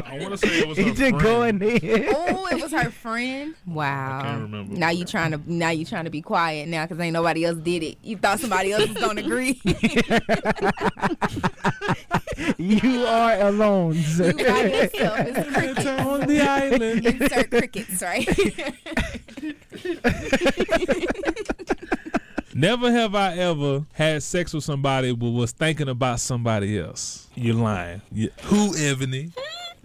B: I want to say it was
D: he just going there.
C: Oh, it was her friend. Wow.
B: I can't remember.
C: Now you trying to now you trying to be quiet now because ain't nobody else did it. You thought somebody else was gonna agree. you
D: You are alone, sir.
C: by yourself. It's crickets.
B: on the island.
C: Insert crickets, right?
B: Never have I ever had sex with somebody but was thinking about somebody else. You're lying. You- Who, Ebony?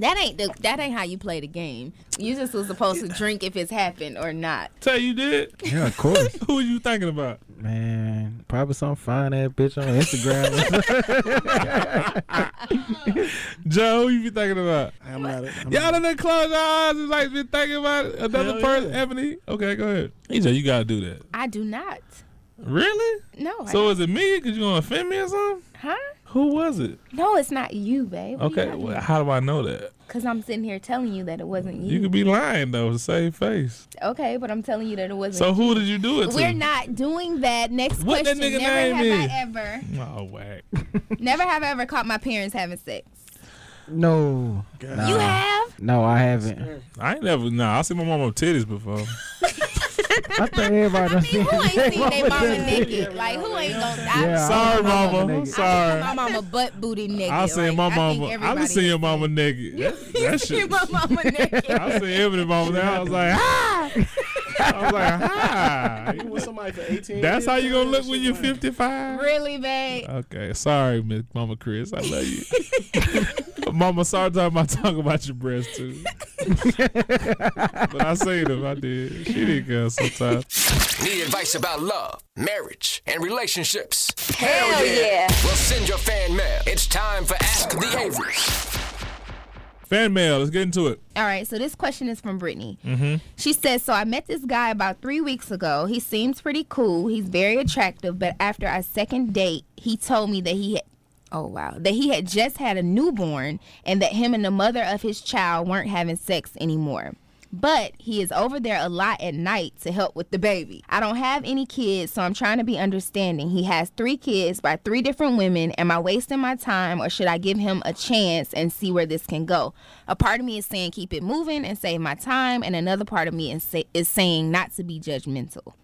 C: that ain't the, that ain't how you play the game. You just was supposed to drink if it's happened or not.
B: Tell you did.
D: Yeah, of course.
B: Who are you thinking about?
D: Man, probably some fine ass bitch on Instagram.
B: Joe, who you be thinking about?
E: I'm not. a- I'm
B: Y'all done done close your eyes and like been thinking about another
E: Hell
B: person,
E: yeah.
B: Ebony. Okay, go ahead. EJ, you gotta do that.
C: I do not.
B: Really?
C: No. I-
B: So is it me? Cause you gonna offend me or something?
C: huh?
B: Who was it?
C: No, it's not you, babe.
B: Okay, well, how do I know that?
C: Because I'm sitting here telling you that it wasn't you.
B: You could be lying though, the same face.
C: okay, but I'm telling you that it wasn't.
B: So who did you do it to?
C: We're not doing that. Next
B: What that nigga
C: question. Never
B: name
C: have
B: is?
C: I ever.
B: Oh whack.
C: Never have I ever caught my parents having sex.
D: no,
E: God.
C: You
B: Uh.
C: have?
D: no, I haven't.
B: I ain't never nah, I seen my mama with titties before.
D: I think everybody
C: Who
D: done seen
C: ain't seen their mama
D: done did
C: naked? Like who ain't gonna? I,
D: Yeah, I-
B: Sorry,
D: my mama
B: mama.
D: naked.
B: Sorry.
C: My mama butt booty naked.
B: I seen
C: Like,
B: my
C: think
B: mama. I
C: everybody-
B: just seen your mama naked. That, that
C: You
B: shit.
C: seen my mama naked.
B: I seen Ebony mama there. I was like, ah. I was like, ah.
E: You with somebody for 18
B: That's how you gonna
E: years,
B: look when you're
E: shit, like-
B: 55.
C: really, babe?
B: Okay, sorry, Miss Mama Chris. I love you. Mama, sorry time I talk about your breasts too. but I seen them. I did. She did good sometimes.
A: Need advice about love, marriage, and relationships?
G: Hell yeah.
A: Well, send your fan mail. It's time for Ask the Averys.
B: Fan mail. Let's get into it.
C: All right, so this question is from Brittany. She says, So I met this guy about three weeks ago. He seems pretty cool. He's very attractive, but after our second date, he told me that he had. Oh wow! That he had just had a newborn, and that him and the mother of his child weren't having sex anymore. But he is over there a lot at night to help with the baby. I don't have any kids, so I'm trying to be understanding. He has three kids by three different women. Am I wasting my time or should I give him a chance and see where this can go? A part of me is saying keep it moving and save my time, and another part of me is, say, is saying not to be judgmental.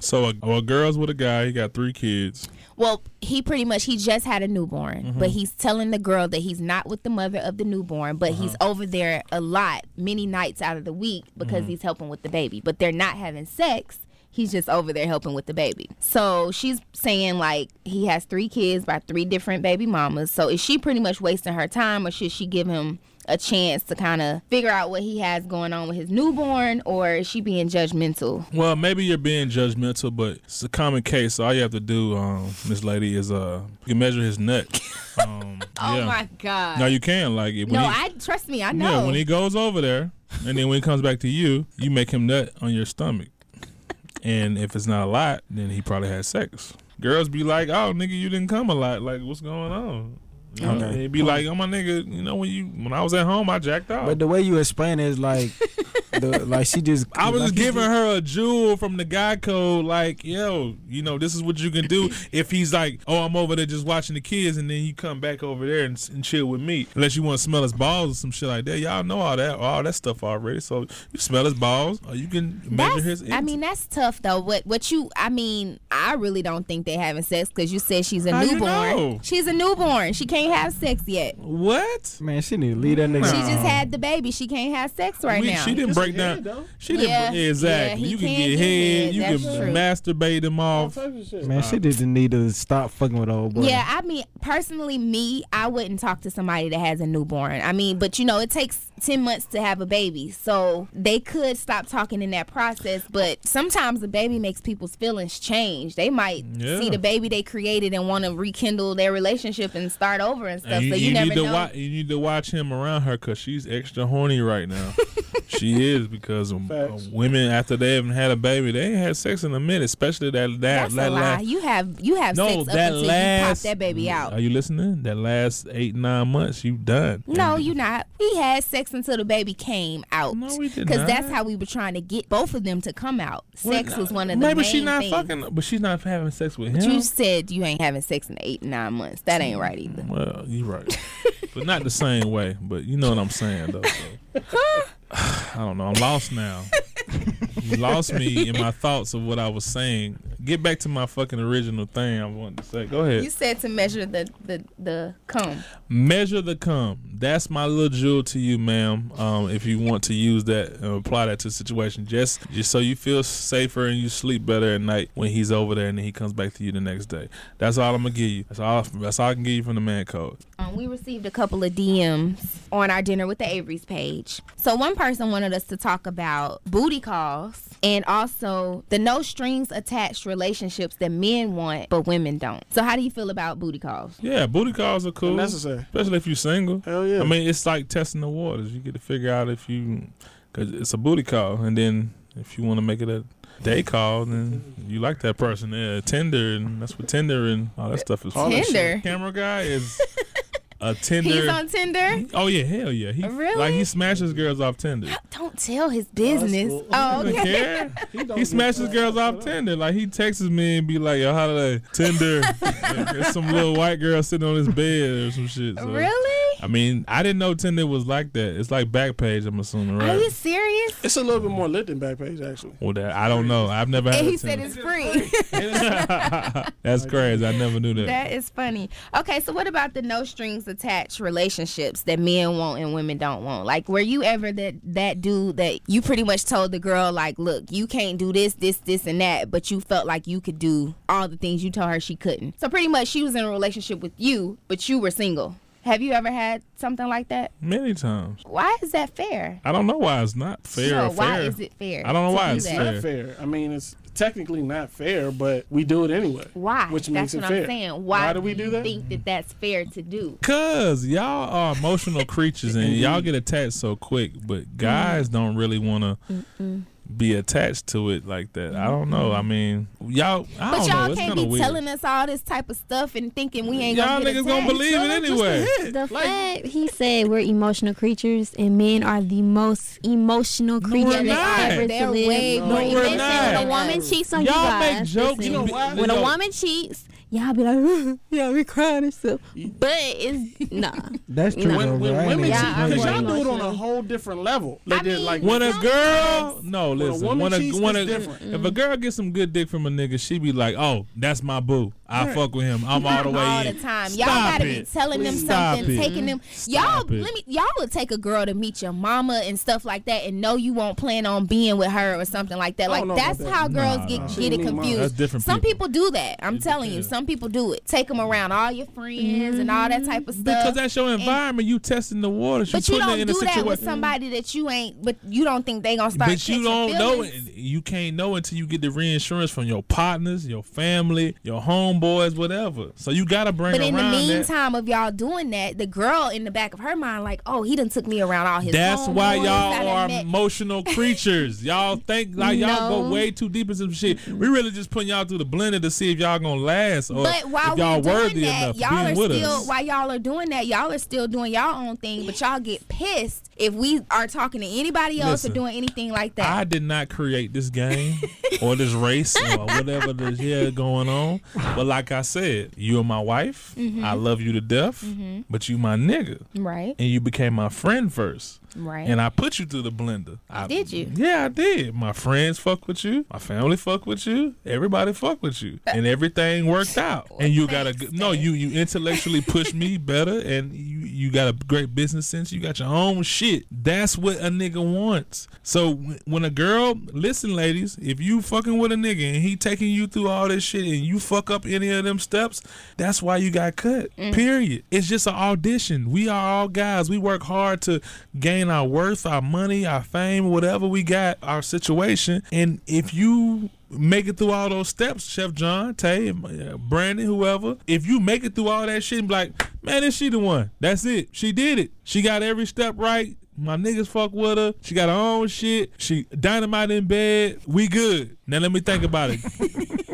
B: So, a, well, girl's with a guy. He got three kids.
C: Well, he pretty much he just had a newborn, but
B: Mm-hmm.
C: he's telling the girl that he's not with the mother of the newborn, but he's
B: Uh-huh.
C: over there a lot, many nights out of the week because
B: Mm-hmm.
C: he's helping with the baby. But they're not having sex. He's just over there helping with the baby. So she's saying like he has three kids by three different baby mamas. So is she pretty much wasting her time or should she give him a chance to kind of figure out what he has going on with his newborn or is she being judgmental?
B: Well, maybe you're being judgmental, but it's a common case. So all you have to do, um, Miss Lady, is uh, you can measure his nut. Um,
C: Oh,
B: yeah.
C: god.
B: No, you can like it.
C: No,
B: he,
C: I trust me, I know.
B: yeah, when he goes over there, and then when he comes back to you, you make him nut on your stomach. And if it's not a lot, then he probably had sex. Girls be like, "Oh, nigga, you didn't come a lot. Like, what's going on?" You know,
D: Okay.
B: they be like, "Oh, my nigga, you know when you when I was at home, I jacked off."
D: But the way you explain it is like, the, like she just.
B: I was
D: like
B: just
D: you
B: giving her a jewel from the guy code, like, yo, you know, this is what you can do if he's like, oh, I'm over there just watching the kids, and then you come back over there and, and chill with me. Unless you want to smell his balls or some shit like that. Y'all know all that, all that stuff already. So you smell his balls, or you can measure
C: That's-
B: his.
C: I mean, that's tough though. What what you? I mean, I really don't think they having sex because you said she's a
B: How you
C: newborn.
B: know?
C: She's a newborn. She can't have sex yet.
B: what?
D: Man, she need to leave that nigga.
C: She just had the baby. She can't have sex right
B: We-
C: now.
B: she didn't
E: Just
B: break
E: a head,
B: down.
E: though.
B: she didn't
C: Yeah,
B: yeah, exactly.
C: yeah,
B: you
C: he
B: can get
C: can get
B: head.
C: it.
B: You
C: That's
B: can
C: true.
B: masturbate him
E: All
B: off.
E: types of shit.
D: Man, she just need to stop fucking with old boy.
C: Yeah, I mean, personally, me, I wouldn't talk to somebody that has a newborn. I mean, but you know, it takes 10 months to have a baby. So they could stop talking in that process. But sometimes the baby makes people's feelings change. They might
B: Yeah.
C: see the baby they created and want to rekindle their relationship and start over and stuff.
B: And you,
C: so you,
B: you
C: never
B: need
C: know.
B: to watch. You need to watch him around her because she's extra horny right now. she is because um,
E: Facts.
B: uh, women after they haven't had a baby, they ain't had sex in a minute. Especially that that
C: That's
B: that
C: a lie.
B: last.
C: You have you have
B: No,
C: sex up
B: that
C: until you pop
B: last- Mm,
C: that baby out.
B: Are you listening? That last eight nine months, you done.
C: no,
B: And
C: you not. We had sex sex until the baby came out.
B: No, we did
C: Because that's
B: not.
C: how we were trying to get both of them to come out. Sex was one of the
B: Maybe
C: main
B: she not
C: things.
B: fucking, but she's not having sex with
C: But
B: him.
C: you said you ain't having sex in eight nine months. That ain't right either.
B: Well, you're right, but not the same way. But you know what I'm saying, though. so. I don't know. I'm lost now. you lost me in my thoughts of what I was saying. Get back to my fucking original thing I wanted to say. Go ahead.
C: You said to measure the the the cum.
B: Measure the cum. That's my little jewel to you, ma'am. Um, if you want to use that and apply that to the situation, just just so you feel safer and you sleep better at night when he's over there and then he comes back to you the next day. That's all I'm gonna give you. That's all. That's all I can give you from the man code.
C: Um, we received a couple of DMs on our Dinner with the Averys page. So one person wanted us to talk about booty calls and also the no strings attached relationships that men want but women don't. So how do you feel about booty calls?
B: Yeah, booty calls are cool,
E: Unnecessary.
B: especially if you're single.
E: Hell yeah.
B: I mean, it's like testing the waters. You get to figure out if you, cause it's a booty call, and then if you want to make it a day call, then you like that person. Yeah, Tinder, and that's what Tinder and all that stuff is. for.
E: that shit.
C: Tinder.
B: camera guy is a
C: He's
B: Tinder.
C: on Tinder.
B: oh yeah, hell yeah. He
C: Really?
B: like he smashes girls off Tinder.
C: Don't tell his business.
E: cool.
C: Oh,
B: He don't
C: okay.
B: care.
E: don't
B: He smashes girls off Tinder. Like he texts me and be like, "Yo, how did I Tinder?" And There's some little white girl sitting on his bed or some shit. So,
C: Oh, Really?
B: I mean, I didn't know Tinder was like that. It's like Backpage, I'm assuming,
C: Are
B: right?
C: you serious?
E: It's a little bit more lit than Backpage, actually.
B: Well, that I don't know. I've never had.
C: And
B: a
C: he said it's
B: Tinder.
C: free.
B: That's crazy. I never knew that.
C: That is funny. Okay, so what about the no strings attached relationships that men want and women don't want? Like, were you ever that that dude that you pretty much told the girl like, look, you can't do this, this, this, and that, but you felt like you could do all the things you told her she couldn't. So pretty much she was in a relationship with you, but you were single. Have you ever had something like that?
B: Many times.
C: Why is that fair?
B: I don't know why it's not fair.
C: No,
B: or
C: why
B: fair.
C: is it fair?
B: I don't know
C: to
B: why
C: do
B: it's
C: that?
B: fair.
E: Not fair. I mean, it's technically not fair, but we do it anyway.
C: Why?
E: Which
C: that's
E: makes it
C: what
E: fair.
C: I'm saying. Why,
E: do we do
C: you
E: that?
C: Think that that's fair to do?
B: Cause y'all are emotional creatures and y'all get attached so quick,
C: Mm-hmm.
B: but guys don't really want to be attached to it like that. I don't know. I mean, y'all, I
C: But
B: don't know.
C: y'all
B: It's
C: can't
B: kind
C: be
B: of weird.
C: telling us all this type of stuff and thinking we ain't
B: y'all
C: gonna get
B: niggas gonna
C: attacked.
B: believe it anyway.
F: The fact he said we're emotional creatures and men are the most emotional creatures
B: we're not.
F: ever
C: They're
F: to live.
C: way more
B: we're
F: Listen,
B: not.
F: When a woman cheats on you
B: Y'all
F: guys,
B: make jokes.
F: listen,
B: and be-
F: when
B: y'all-
F: a woman cheats, y'all be like, yeah, we crying and stuff. But it's nah.
D: That's true.
F: Nah.
D: though,
E: When,
D: bro. I
E: when
D: ain't
E: women
D: even
E: cheat,
F: Yeah, I'm
D: gonna
E: because
D: lie.
E: y'all
F: more
E: do it on a
F: emotional.
E: whole different level. They
C: I
E: did
C: mean,
E: like
B: When a
C: Sometimes.
B: girl, no,
E: a
B: listen.
E: woman
B: When a,
E: cheats,
B: when
E: it's
B: a,
E: different.
B: if a girl
C: Mm-hmm.
B: gets some good dick from a nigga, she be like, "Oh, that's my boo. I fuck with him. I'm all the way
C: all
B: in."
C: the time.
B: Stop
C: y'all gotta
B: it.
C: be telling them
B: Stop
C: something,
B: it.
C: taking them.
B: Stop
C: y'all,
B: it.
C: let me. Y'all would take a girl to meet your mama and stuff like that, and know you won't plan on being with her or something like that.
E: I
C: Like
E: don't know
C: that's
E: about that.
C: how girls
B: Nah,
C: get
B: nah.
E: She
C: get
E: didn't
C: it
E: mean mama.
C: confused.
B: That's different
C: Some
B: people.
C: people. do that. I'm telling you,
B: depends.
C: some people do it. Take them around all your friends and all that type of stuff.
B: Mm-hmm. Because that's your environment. you testing the waters.
C: but
B: you
C: you
B: putting
C: don't
B: it in
C: do
B: a
C: that
B: situation.
C: with somebody that you ain't. But you don't think they gonna start.
B: but you
C: catching
B: don't know it.
C: feelings?
B: You can't know until you get the reinsurance from your partners, your family, your homeboys, whatever. So you gotta bring
C: But
B: around
C: in the
B: that.
C: meantime of y'all doing that, the girl in the back of her mind, like, oh, he done took me around all his.
B: That's why
C: homeboys I
B: y'all
C: done
B: are
C: met.
B: emotional creatures. y'all think like y'all go
F: No.
B: way too deep into some shit. We really just putting y'all through the blender to see if y'all gonna last or
C: But while
B: if y'all
C: we're doing
B: worthy
C: that,
B: enough
C: y'all
B: being
C: are
B: with
C: still
B: us.
C: while y'all are doing that, y'all are still doing y'all own thing. But y'all get pissed if we are talking to anybody else
B: Listen,
C: or doing anything like that.
B: I did not create this game or this race or whatever the hell going on. But like I said, you are my wife.
C: Mm-hmm.
B: I love you to death, but you my nigga.
C: right,
B: And you became my friend first.
C: right.
B: And I put you through the blender. I,
C: Did you?
B: Yeah, I did. My friends fuck with you. My family fuck with you. Everybody fuck with you, and everything worked out. and you got a good, no. You you intellectually push me better, and you you got a great business sense. You got your own shit. That's what a nigga wants. So when- when a girl, listen, ladies, if you fucking with a nigga and he taking you through all this shit, and you fuck up any of them steps, that's why you got cut.
C: Mm-hmm.
B: Period. It's just an audition. We are all guys. We work hard to gain our worth, our money, our fame, whatever we got, our situation. And if you make it through all those steps, Chef John, Tay, uh, Brandon, whoever, if you make it through all that shit and be like, man, is she the one? That's it. She did it. She got every step right. My niggas fuck with her. She got her own shit. She dynamite in bed. We good. Now let me think about it.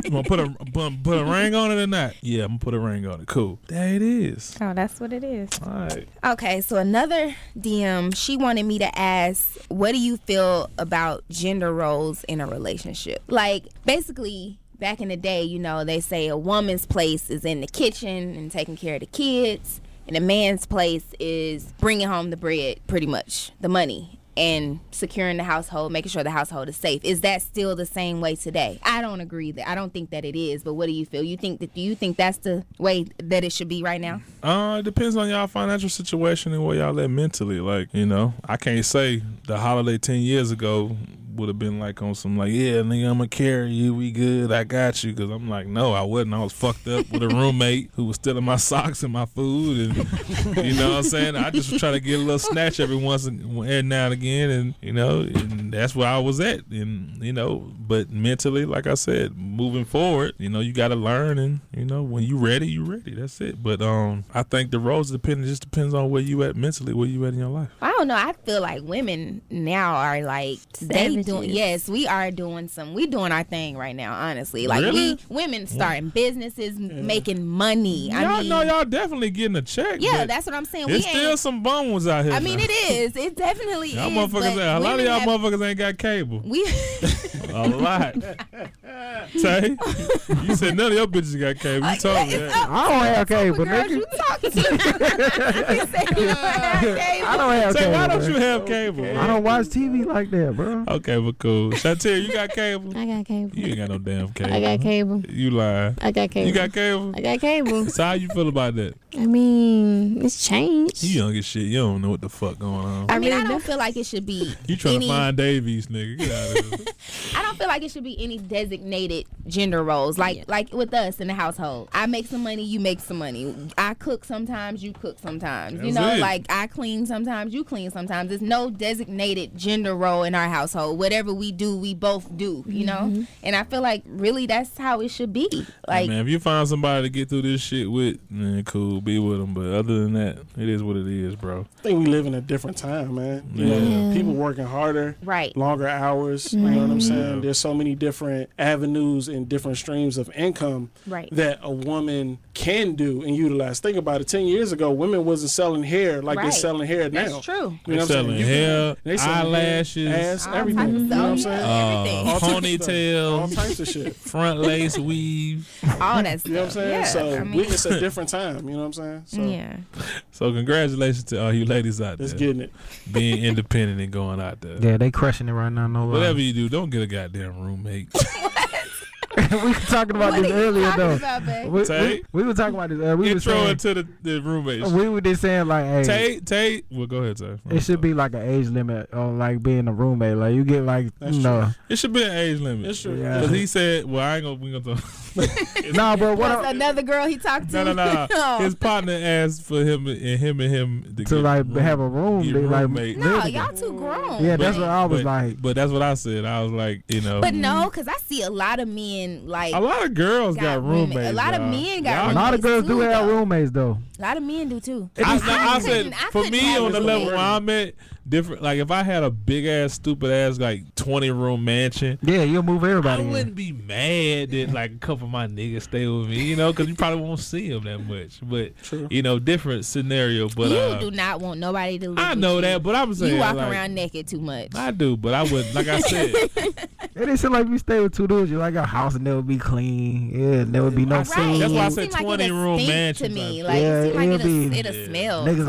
B: I'm gonna put a put, put a ring on it or not? Yeah, I'm gonna put a ring on it. Cool. There it is.
C: Oh, that's what it is.
B: All right.
C: Okay, so another DM, she wanted me to ask, what do you feel about gender roles in a relationship? Like, basically, back in the day, you know, they say a woman's place is in the kitchen and taking care of the kids, and a man's place is bringing home the bread, pretty much, the money. And securing the household, making sure the household is safe. Is that still the same way today? I don't agree that I don't think that it is, but what do you feel? You think that do you think that's the way that it should be right now?
B: Uh, it depends on y'all financial situation and where y'all at mentally. Like, you know, I can't say the holiday ten years ago would have been like on some like, yeah, nigga, I'm gonna carry you. We good. I got you. Cause I'm like, no, I wasn't. I was fucked up with a roommate who was stealing my socks and my food, and you know what I'm saying. I just was trying to get a little snatch every once and every now and again, and you know, and that's where I was at. And you know, but mentally, like I said, moving forward, you know, you got to learn, and you know, when you ready, you ready. That's it. But um, I think the roles depend just depends on where you at mentally, where you at in your life.
C: I don't know. I feel like women now are like they doing.
F: Savages.
C: Yes, we are doing some. We doing our thing right now. Honestly, like
B: Really?
C: we women starting businesses, m making money. I
B: y'all
C: mean,
B: know y'all definitely getting a check.
C: yeah,
B: but
C: that's what I'm saying. We
B: There's still
C: ain't.
B: some bum ones out here.
C: I mean,
B: now.
C: it is. It definitely
B: Y'all
C: is.
B: motherfuckers, ain't-
C: but
B: a lot of
C: women
B: y'all
C: have-
B: motherfuckers ain't got cable.
C: We
B: A lot. Tay, you said none of your bitches got cable. You told me that.
D: I don't have cable,
C: Girls,
D: nigga.
C: you talking to? You say you don't have cable.
D: I don't have
B: Tay,
D: cable.
B: why don't
D: bro.
B: you have cable?
D: I don't watch TV like that, bro.
B: Okay, but cool. Chantel, you got cable?
F: I got cable.
B: You ain't got no damn cable.
F: I got cable.
B: You lying.
F: I got cable.
B: uh-huh. You got cable?
F: I got cable.
B: So how you feel about that?
F: I mean, it's changed.
B: You young as shit. You don't know what the fuck going on.
C: I mean, I
F: really
C: don't feel like it should be.
B: You trying
C: any-
B: to find Davies, nigga. Get out of here.
C: I don't feel like it should be any designated gender roles. Like like with us in the household. I make some money, you make some money. I cook sometimes, you cook sometimes. you
B: That's
C: know,
B: it.
C: like I clean sometimes, you clean sometimes. There's no designated gender role in our household. Whatever we do, we both do, you know? And I feel like really that's how it should be. Like
B: man, if you find somebody to get through this shit with, man, cool, be with them. But other than that, it is what it is, bro.
E: I think we live in a different time, man. You know,
F: Yeah.
E: people working harder,
C: Right.
E: Longer hours. You know what
C: Mm-hmm.
E: I'm saying? There's so many different avenues and different streams of income
C: Right.
E: that a woman can do and utilize. Think about it. Ten years ago, women wasn't selling hair like they're
C: Right.
E: selling hair now.
C: That's true.
E: You know what I'm
B: Selling
E: saying? You can-
B: hair,
E: they selling hair,
B: eyelashes,
E: ass,
C: All
E: everything.
C: types of-
E: You know what I'm
C: oh, yeah,
E: saying?
B: uh,
C: everything.
E: All types of stuff. All
B: ponytail,
E: types of shit.
B: front lace weave.
C: all that stuff.
E: You know what I'm saying?
C: Yeah.
E: so
C: I
E: we,
C: mean,
E: it's a different time. You know what I'm saying? So
C: yeah.
B: So congratulations to all you ladies out
E: it's
B: there
E: getting it.
B: being independent and going out there.
D: Yeah, they crushing it right now. No,
B: Whatever you do, don't get a goddamn roommate.
D: we were talking about
C: What
D: this
C: are you
D: earlier
C: talking
D: though.
C: about, babe?
D: We,
B: Tay?
D: we, we were talking about this. Uh, we were
B: Intro
D: saying,
B: into the, the roommates.
D: we were just saying like, hey,
B: Tay, Tay, well, go ahead, Tay.
D: it should be like an age limit on like being a roommate. Like you get like
E: That's
D: you know,
B: It should be an age limit.
E: It's true.
D: Yeah.
B: Cause he said, "Well, I ain't gonna bring up the
D: nah, bro. What
C: Plus
D: up?
C: another girl he talked to.
B: no, no, no."
C: Oh.
B: His partner asked for him and him and him to,
D: To
B: get
D: like
B: room-
D: have a room,
B: get
D: to, like
B: roommate.
D: live
C: No,
D: together.
C: y'all too grown.
D: Yeah, that's what
C: Like-
D: I was
B: but,
D: like.
B: But that's what I said. I was like, you know,
C: But no, because I see a lot of men like
B: Mm-hmm. a lot of girls got,
C: Got women-
B: roommates.
C: a lot of
B: y'all.
C: men got
B: Y'all-
D: A lot of girls
C: roommates
D: do
C: too,
D: have
C: though.
D: roommates though.
C: a lot of men do too.
B: I, no, I,
C: I
B: said
C: couldn't- I
B: for
C: couldn't
B: me
C: have
B: on the
C: this
B: level
C: man.
B: where I'm at, different. Like if I had a big ass, stupid ass, like twenty room mansion,
D: Yeah, you'll move
B: I
D: everybody. in.
B: wouldn't be mad that like a couple of my niggas stay with me, you know, because you probably won't see them that much. But
E: True.
B: you know, different scenario. But
C: you
B: uh,
C: do not want nobody to. Live
B: I
C: with
B: know
C: you.
B: that, but I'm saying
C: you walk
B: like,
C: around naked too much.
B: I do, but I would like I said,
D: It didn't seem like we stay with two dudes. You like our house and they would be clean. Yeah, there would be no
C: right.
D: food.
B: That's why I
C: It
B: said
C: seem like
B: 20
C: it'll
B: room
C: stink
B: mansion
C: to me.
B: type
C: Like it
D: Yeah,
C: seemed like
D: it'll
C: it'll,
D: be-
C: it'll
B: Yeah.
C: smell.
D: Niggas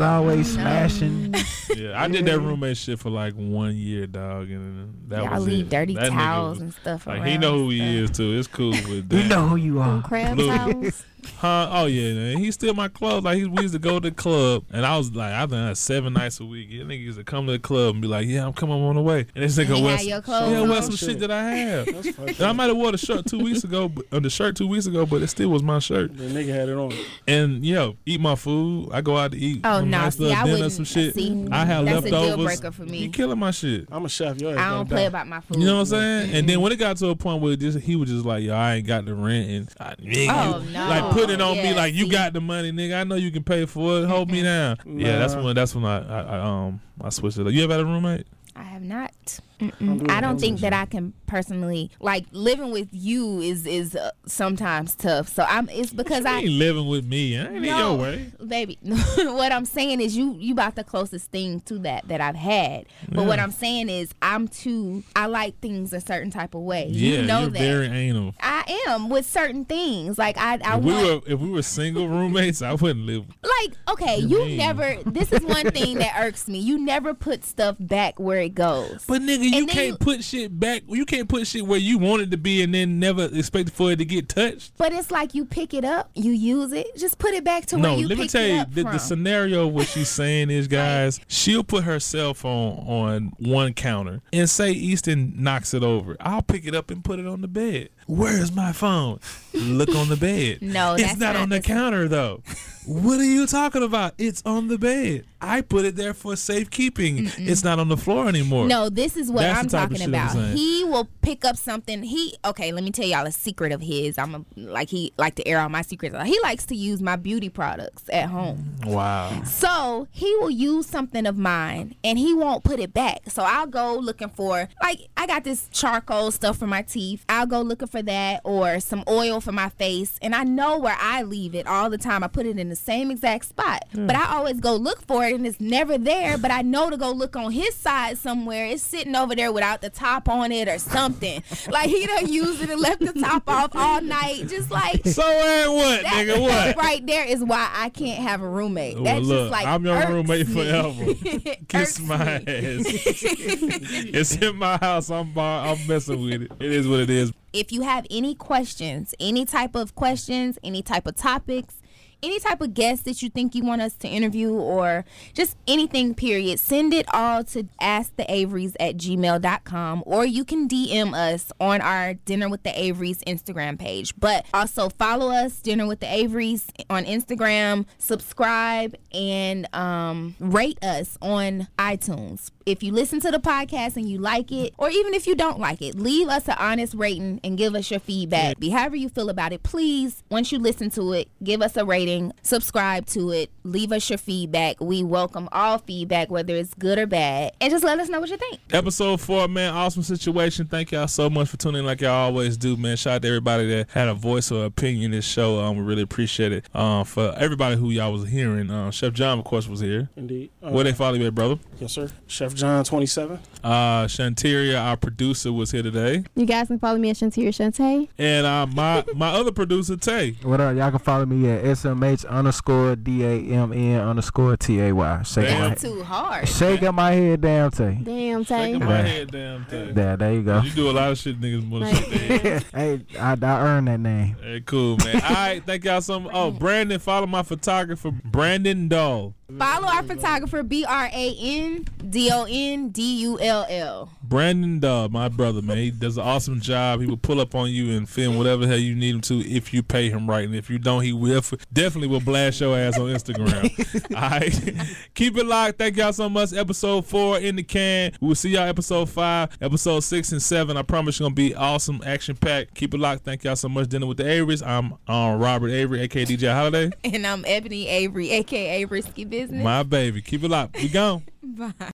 D: always smashing.
B: yeah, I did that roommate shit for like one year, dog, and that
C: Y'all
B: was
C: leave
B: it.
C: dirty
B: That nigga
C: towels
B: was-
C: and stuff
B: Like
C: around.
B: he know who he is
C: and
B: too. It's cool with
D: You
B: that.
D: know who you are.
F: crab
B: Look.
F: towels.
B: Huh? Oh yeah, man. He steal my clothes. Like he, we used to go to the club, and I was like, I've done that seven nights a week. Yeah, nigga used to come to the club and be like, Yeah, I'm coming on the way. And this nigga
C: he
B: wear
C: had
B: some,
C: your clothes
B: yeah, wear
C: on?
B: some shit
E: Shit.
B: that I have.
E: That's fucked
B: And I
E: up.
B: might have wore the shirt two weeks ago, but, uh, the shirt two weeks ago, but it still was my shirt.
E: The nigga had it on.
B: And yo, eat my food. I go out to eat.
C: Oh
B: some
C: no!
B: nice
C: See, I
B: little dinner,
C: wouldn't.
B: some shit.
C: See,
B: I have
C: that's
B: leftovers.
C: a deal breaker for
B: You
C: me.
B: killing my shit.
E: I'm a chef. Your ass
C: I don't
E: gotta
C: play
E: die.
C: about my food.
B: You know what I'm saying? And then when it got to a point where just he was just like, "Yo, I ain't got the rent," and I, nigga,
C: Oh,
B: you-
C: no.
B: like putting it on me
C: yeah,
B: like you
C: see.
B: got the money, nigga. I know you can pay for it. Hold me down. Yeah, that's
E: Nah.
B: when that's when I, I, I um I switched it. up. You ever had a roommate?
C: I have not. Mm-mm. I don't think that I can personally like living with you is is uh, sometimes tough. So I'm it's because
B: You
C: I
B: ain't living with me. I ain't in your way.
C: baby. what I'm saying is you you about the closest thing to that that I've had. But what
B: Yeah.
C: I'm saying is I'm too. I like things a certain type of way.
B: Yeah,
C: you know
B: are
C: that.
B: very anal.
C: I am with certain things. Like I, I
B: If we
C: want.
B: were if we were single roommates, I wouldn't live.
C: Like, okay,
B: You
C: you
B: mean.
C: never. This is one thing that irks me. You never put stuff back where it goes.
B: But nigga, you
C: And then
B: can't
C: you-
B: put shit back. You can't put shit where you want it to be and then never expect for it to get touched.
C: But it's like you pick it up, you use it, just put it back to
B: No,
C: where you
B: let me
C: picked
B: tell
C: it
B: you
C: up
B: the,
C: from.
B: the scenario what she's saying is, guys, she'll put her cell phone on one counter and say Easton knocks it over. I'll pick it up and put it on the bed. Where's my phone? Look on the bed.
C: No,
B: it's
C: that's
B: not,
C: not
B: on the
C: the-
B: counter though. what are you talking about? It's on the bed. I put it there for safekeeping. It's not on the floor anymore.
C: no, this is what
B: That's
C: I'm
B: the type of
C: talking
B: shit I'm
C: about.
B: saying.
C: he will pick up something. He okay. Let me tell y'all a secret of his. I'm a, like he like to air all my secrets. He likes to use my beauty products at home.
B: Wow.
C: So he will use something of mine and he won't put it back. So I'll go looking for, like, I got this charcoal stuff for my teeth. I'll go looking for that or some oil for my face. And I know where I leave it all the time. I put it in the same exact spot. But I always go look for it and it's never there. But I know to go look on his side somewhere. It's sitting over there without the top on it or something. like he done used it and left the top off all night. Just like.
B: So and what,
C: That
B: nigga? What?
C: stuff right there is why I can't have a roommate.
B: Well,
C: That's
B: look,
C: just like
B: I'm your
C: irks
B: roommate
C: me.
B: forever.
C: It
B: Kiss
C: irks
B: my
C: me.
B: ass. it's in my house. I'm bar- I'm messing with it. It is what it is.
C: If you have any questions, any type of questions, any type of topics, any type of guests that you think you want us to interview or just anything period, send it all to asktheaverys at gmail.com or you can DM us on our Dinner with the Averys Instagram page. But also follow us, Dinner with the Averys on Instagram, subscribe and um, rate us on iTunes. If you listen to the podcast and you like it, or even if you don't like it, leave us an honest rating and give us your feedback. Be however you feel about it. Please, once you listen to it, give us a rating, subscribe to it, leave us your feedback. We welcome all feedback, whether it's good or bad, and just let us know what you think.
B: Episode four, man. Awesome situation. Thank y'all so much for tuning in like y'all always do, man. Shout out to everybody that had a voice or opinion in this show. Um, we really appreciate it. Um, for everybody who y'all was hearing. Um, Chef John, of course, was here.
E: Indeed. Uh,
B: Where they follow you at, brother?
E: Yes, sir. Chef John, 27.
B: Uh, Shanteria, our producer, was here today.
F: You guys can follow me at Shantir Shante.
B: And uh, my, my other producer, Tay.
D: What up? Y'all can follow me at SMH underscore D A M N underscore T A Y. Shake
B: Damn.
D: my
C: That's too hard.
D: Shake up my head down Tay.
F: Damn,
B: Think
F: Tay.
B: of my head, damn Tay.
D: There, there you go.
B: You do a lot of shit, niggas. More than shit.
D: hey, I, I earned that name.
B: Hey, cool, man. All right, thank y'all so much. Oh, Brandon, follow my photographer, Brandon Doll.
C: Follow our photographer, B R A N D O N D U L L.
B: Brandon Doll, my brother, man. He does an awesome job. He will pull up on you and film whatever the hell you need him to if you pay him right. And if you don't, he will f- definitely will blast your ass on Instagram. All right. Keep it locked. Thank y'all so much. Episode four in the can. We'll see y'all episode five, episode six and seven. I promise you're going to be awesome, action packed. Keep it locked. Thank y'all so much. Dinner with the Aries. I'm on Robert Avery, aka DJ Holiday.
C: And I'm Ebony Avery, aka Risky Business.
B: My baby. Keep it locked. We gone.
C: Bye.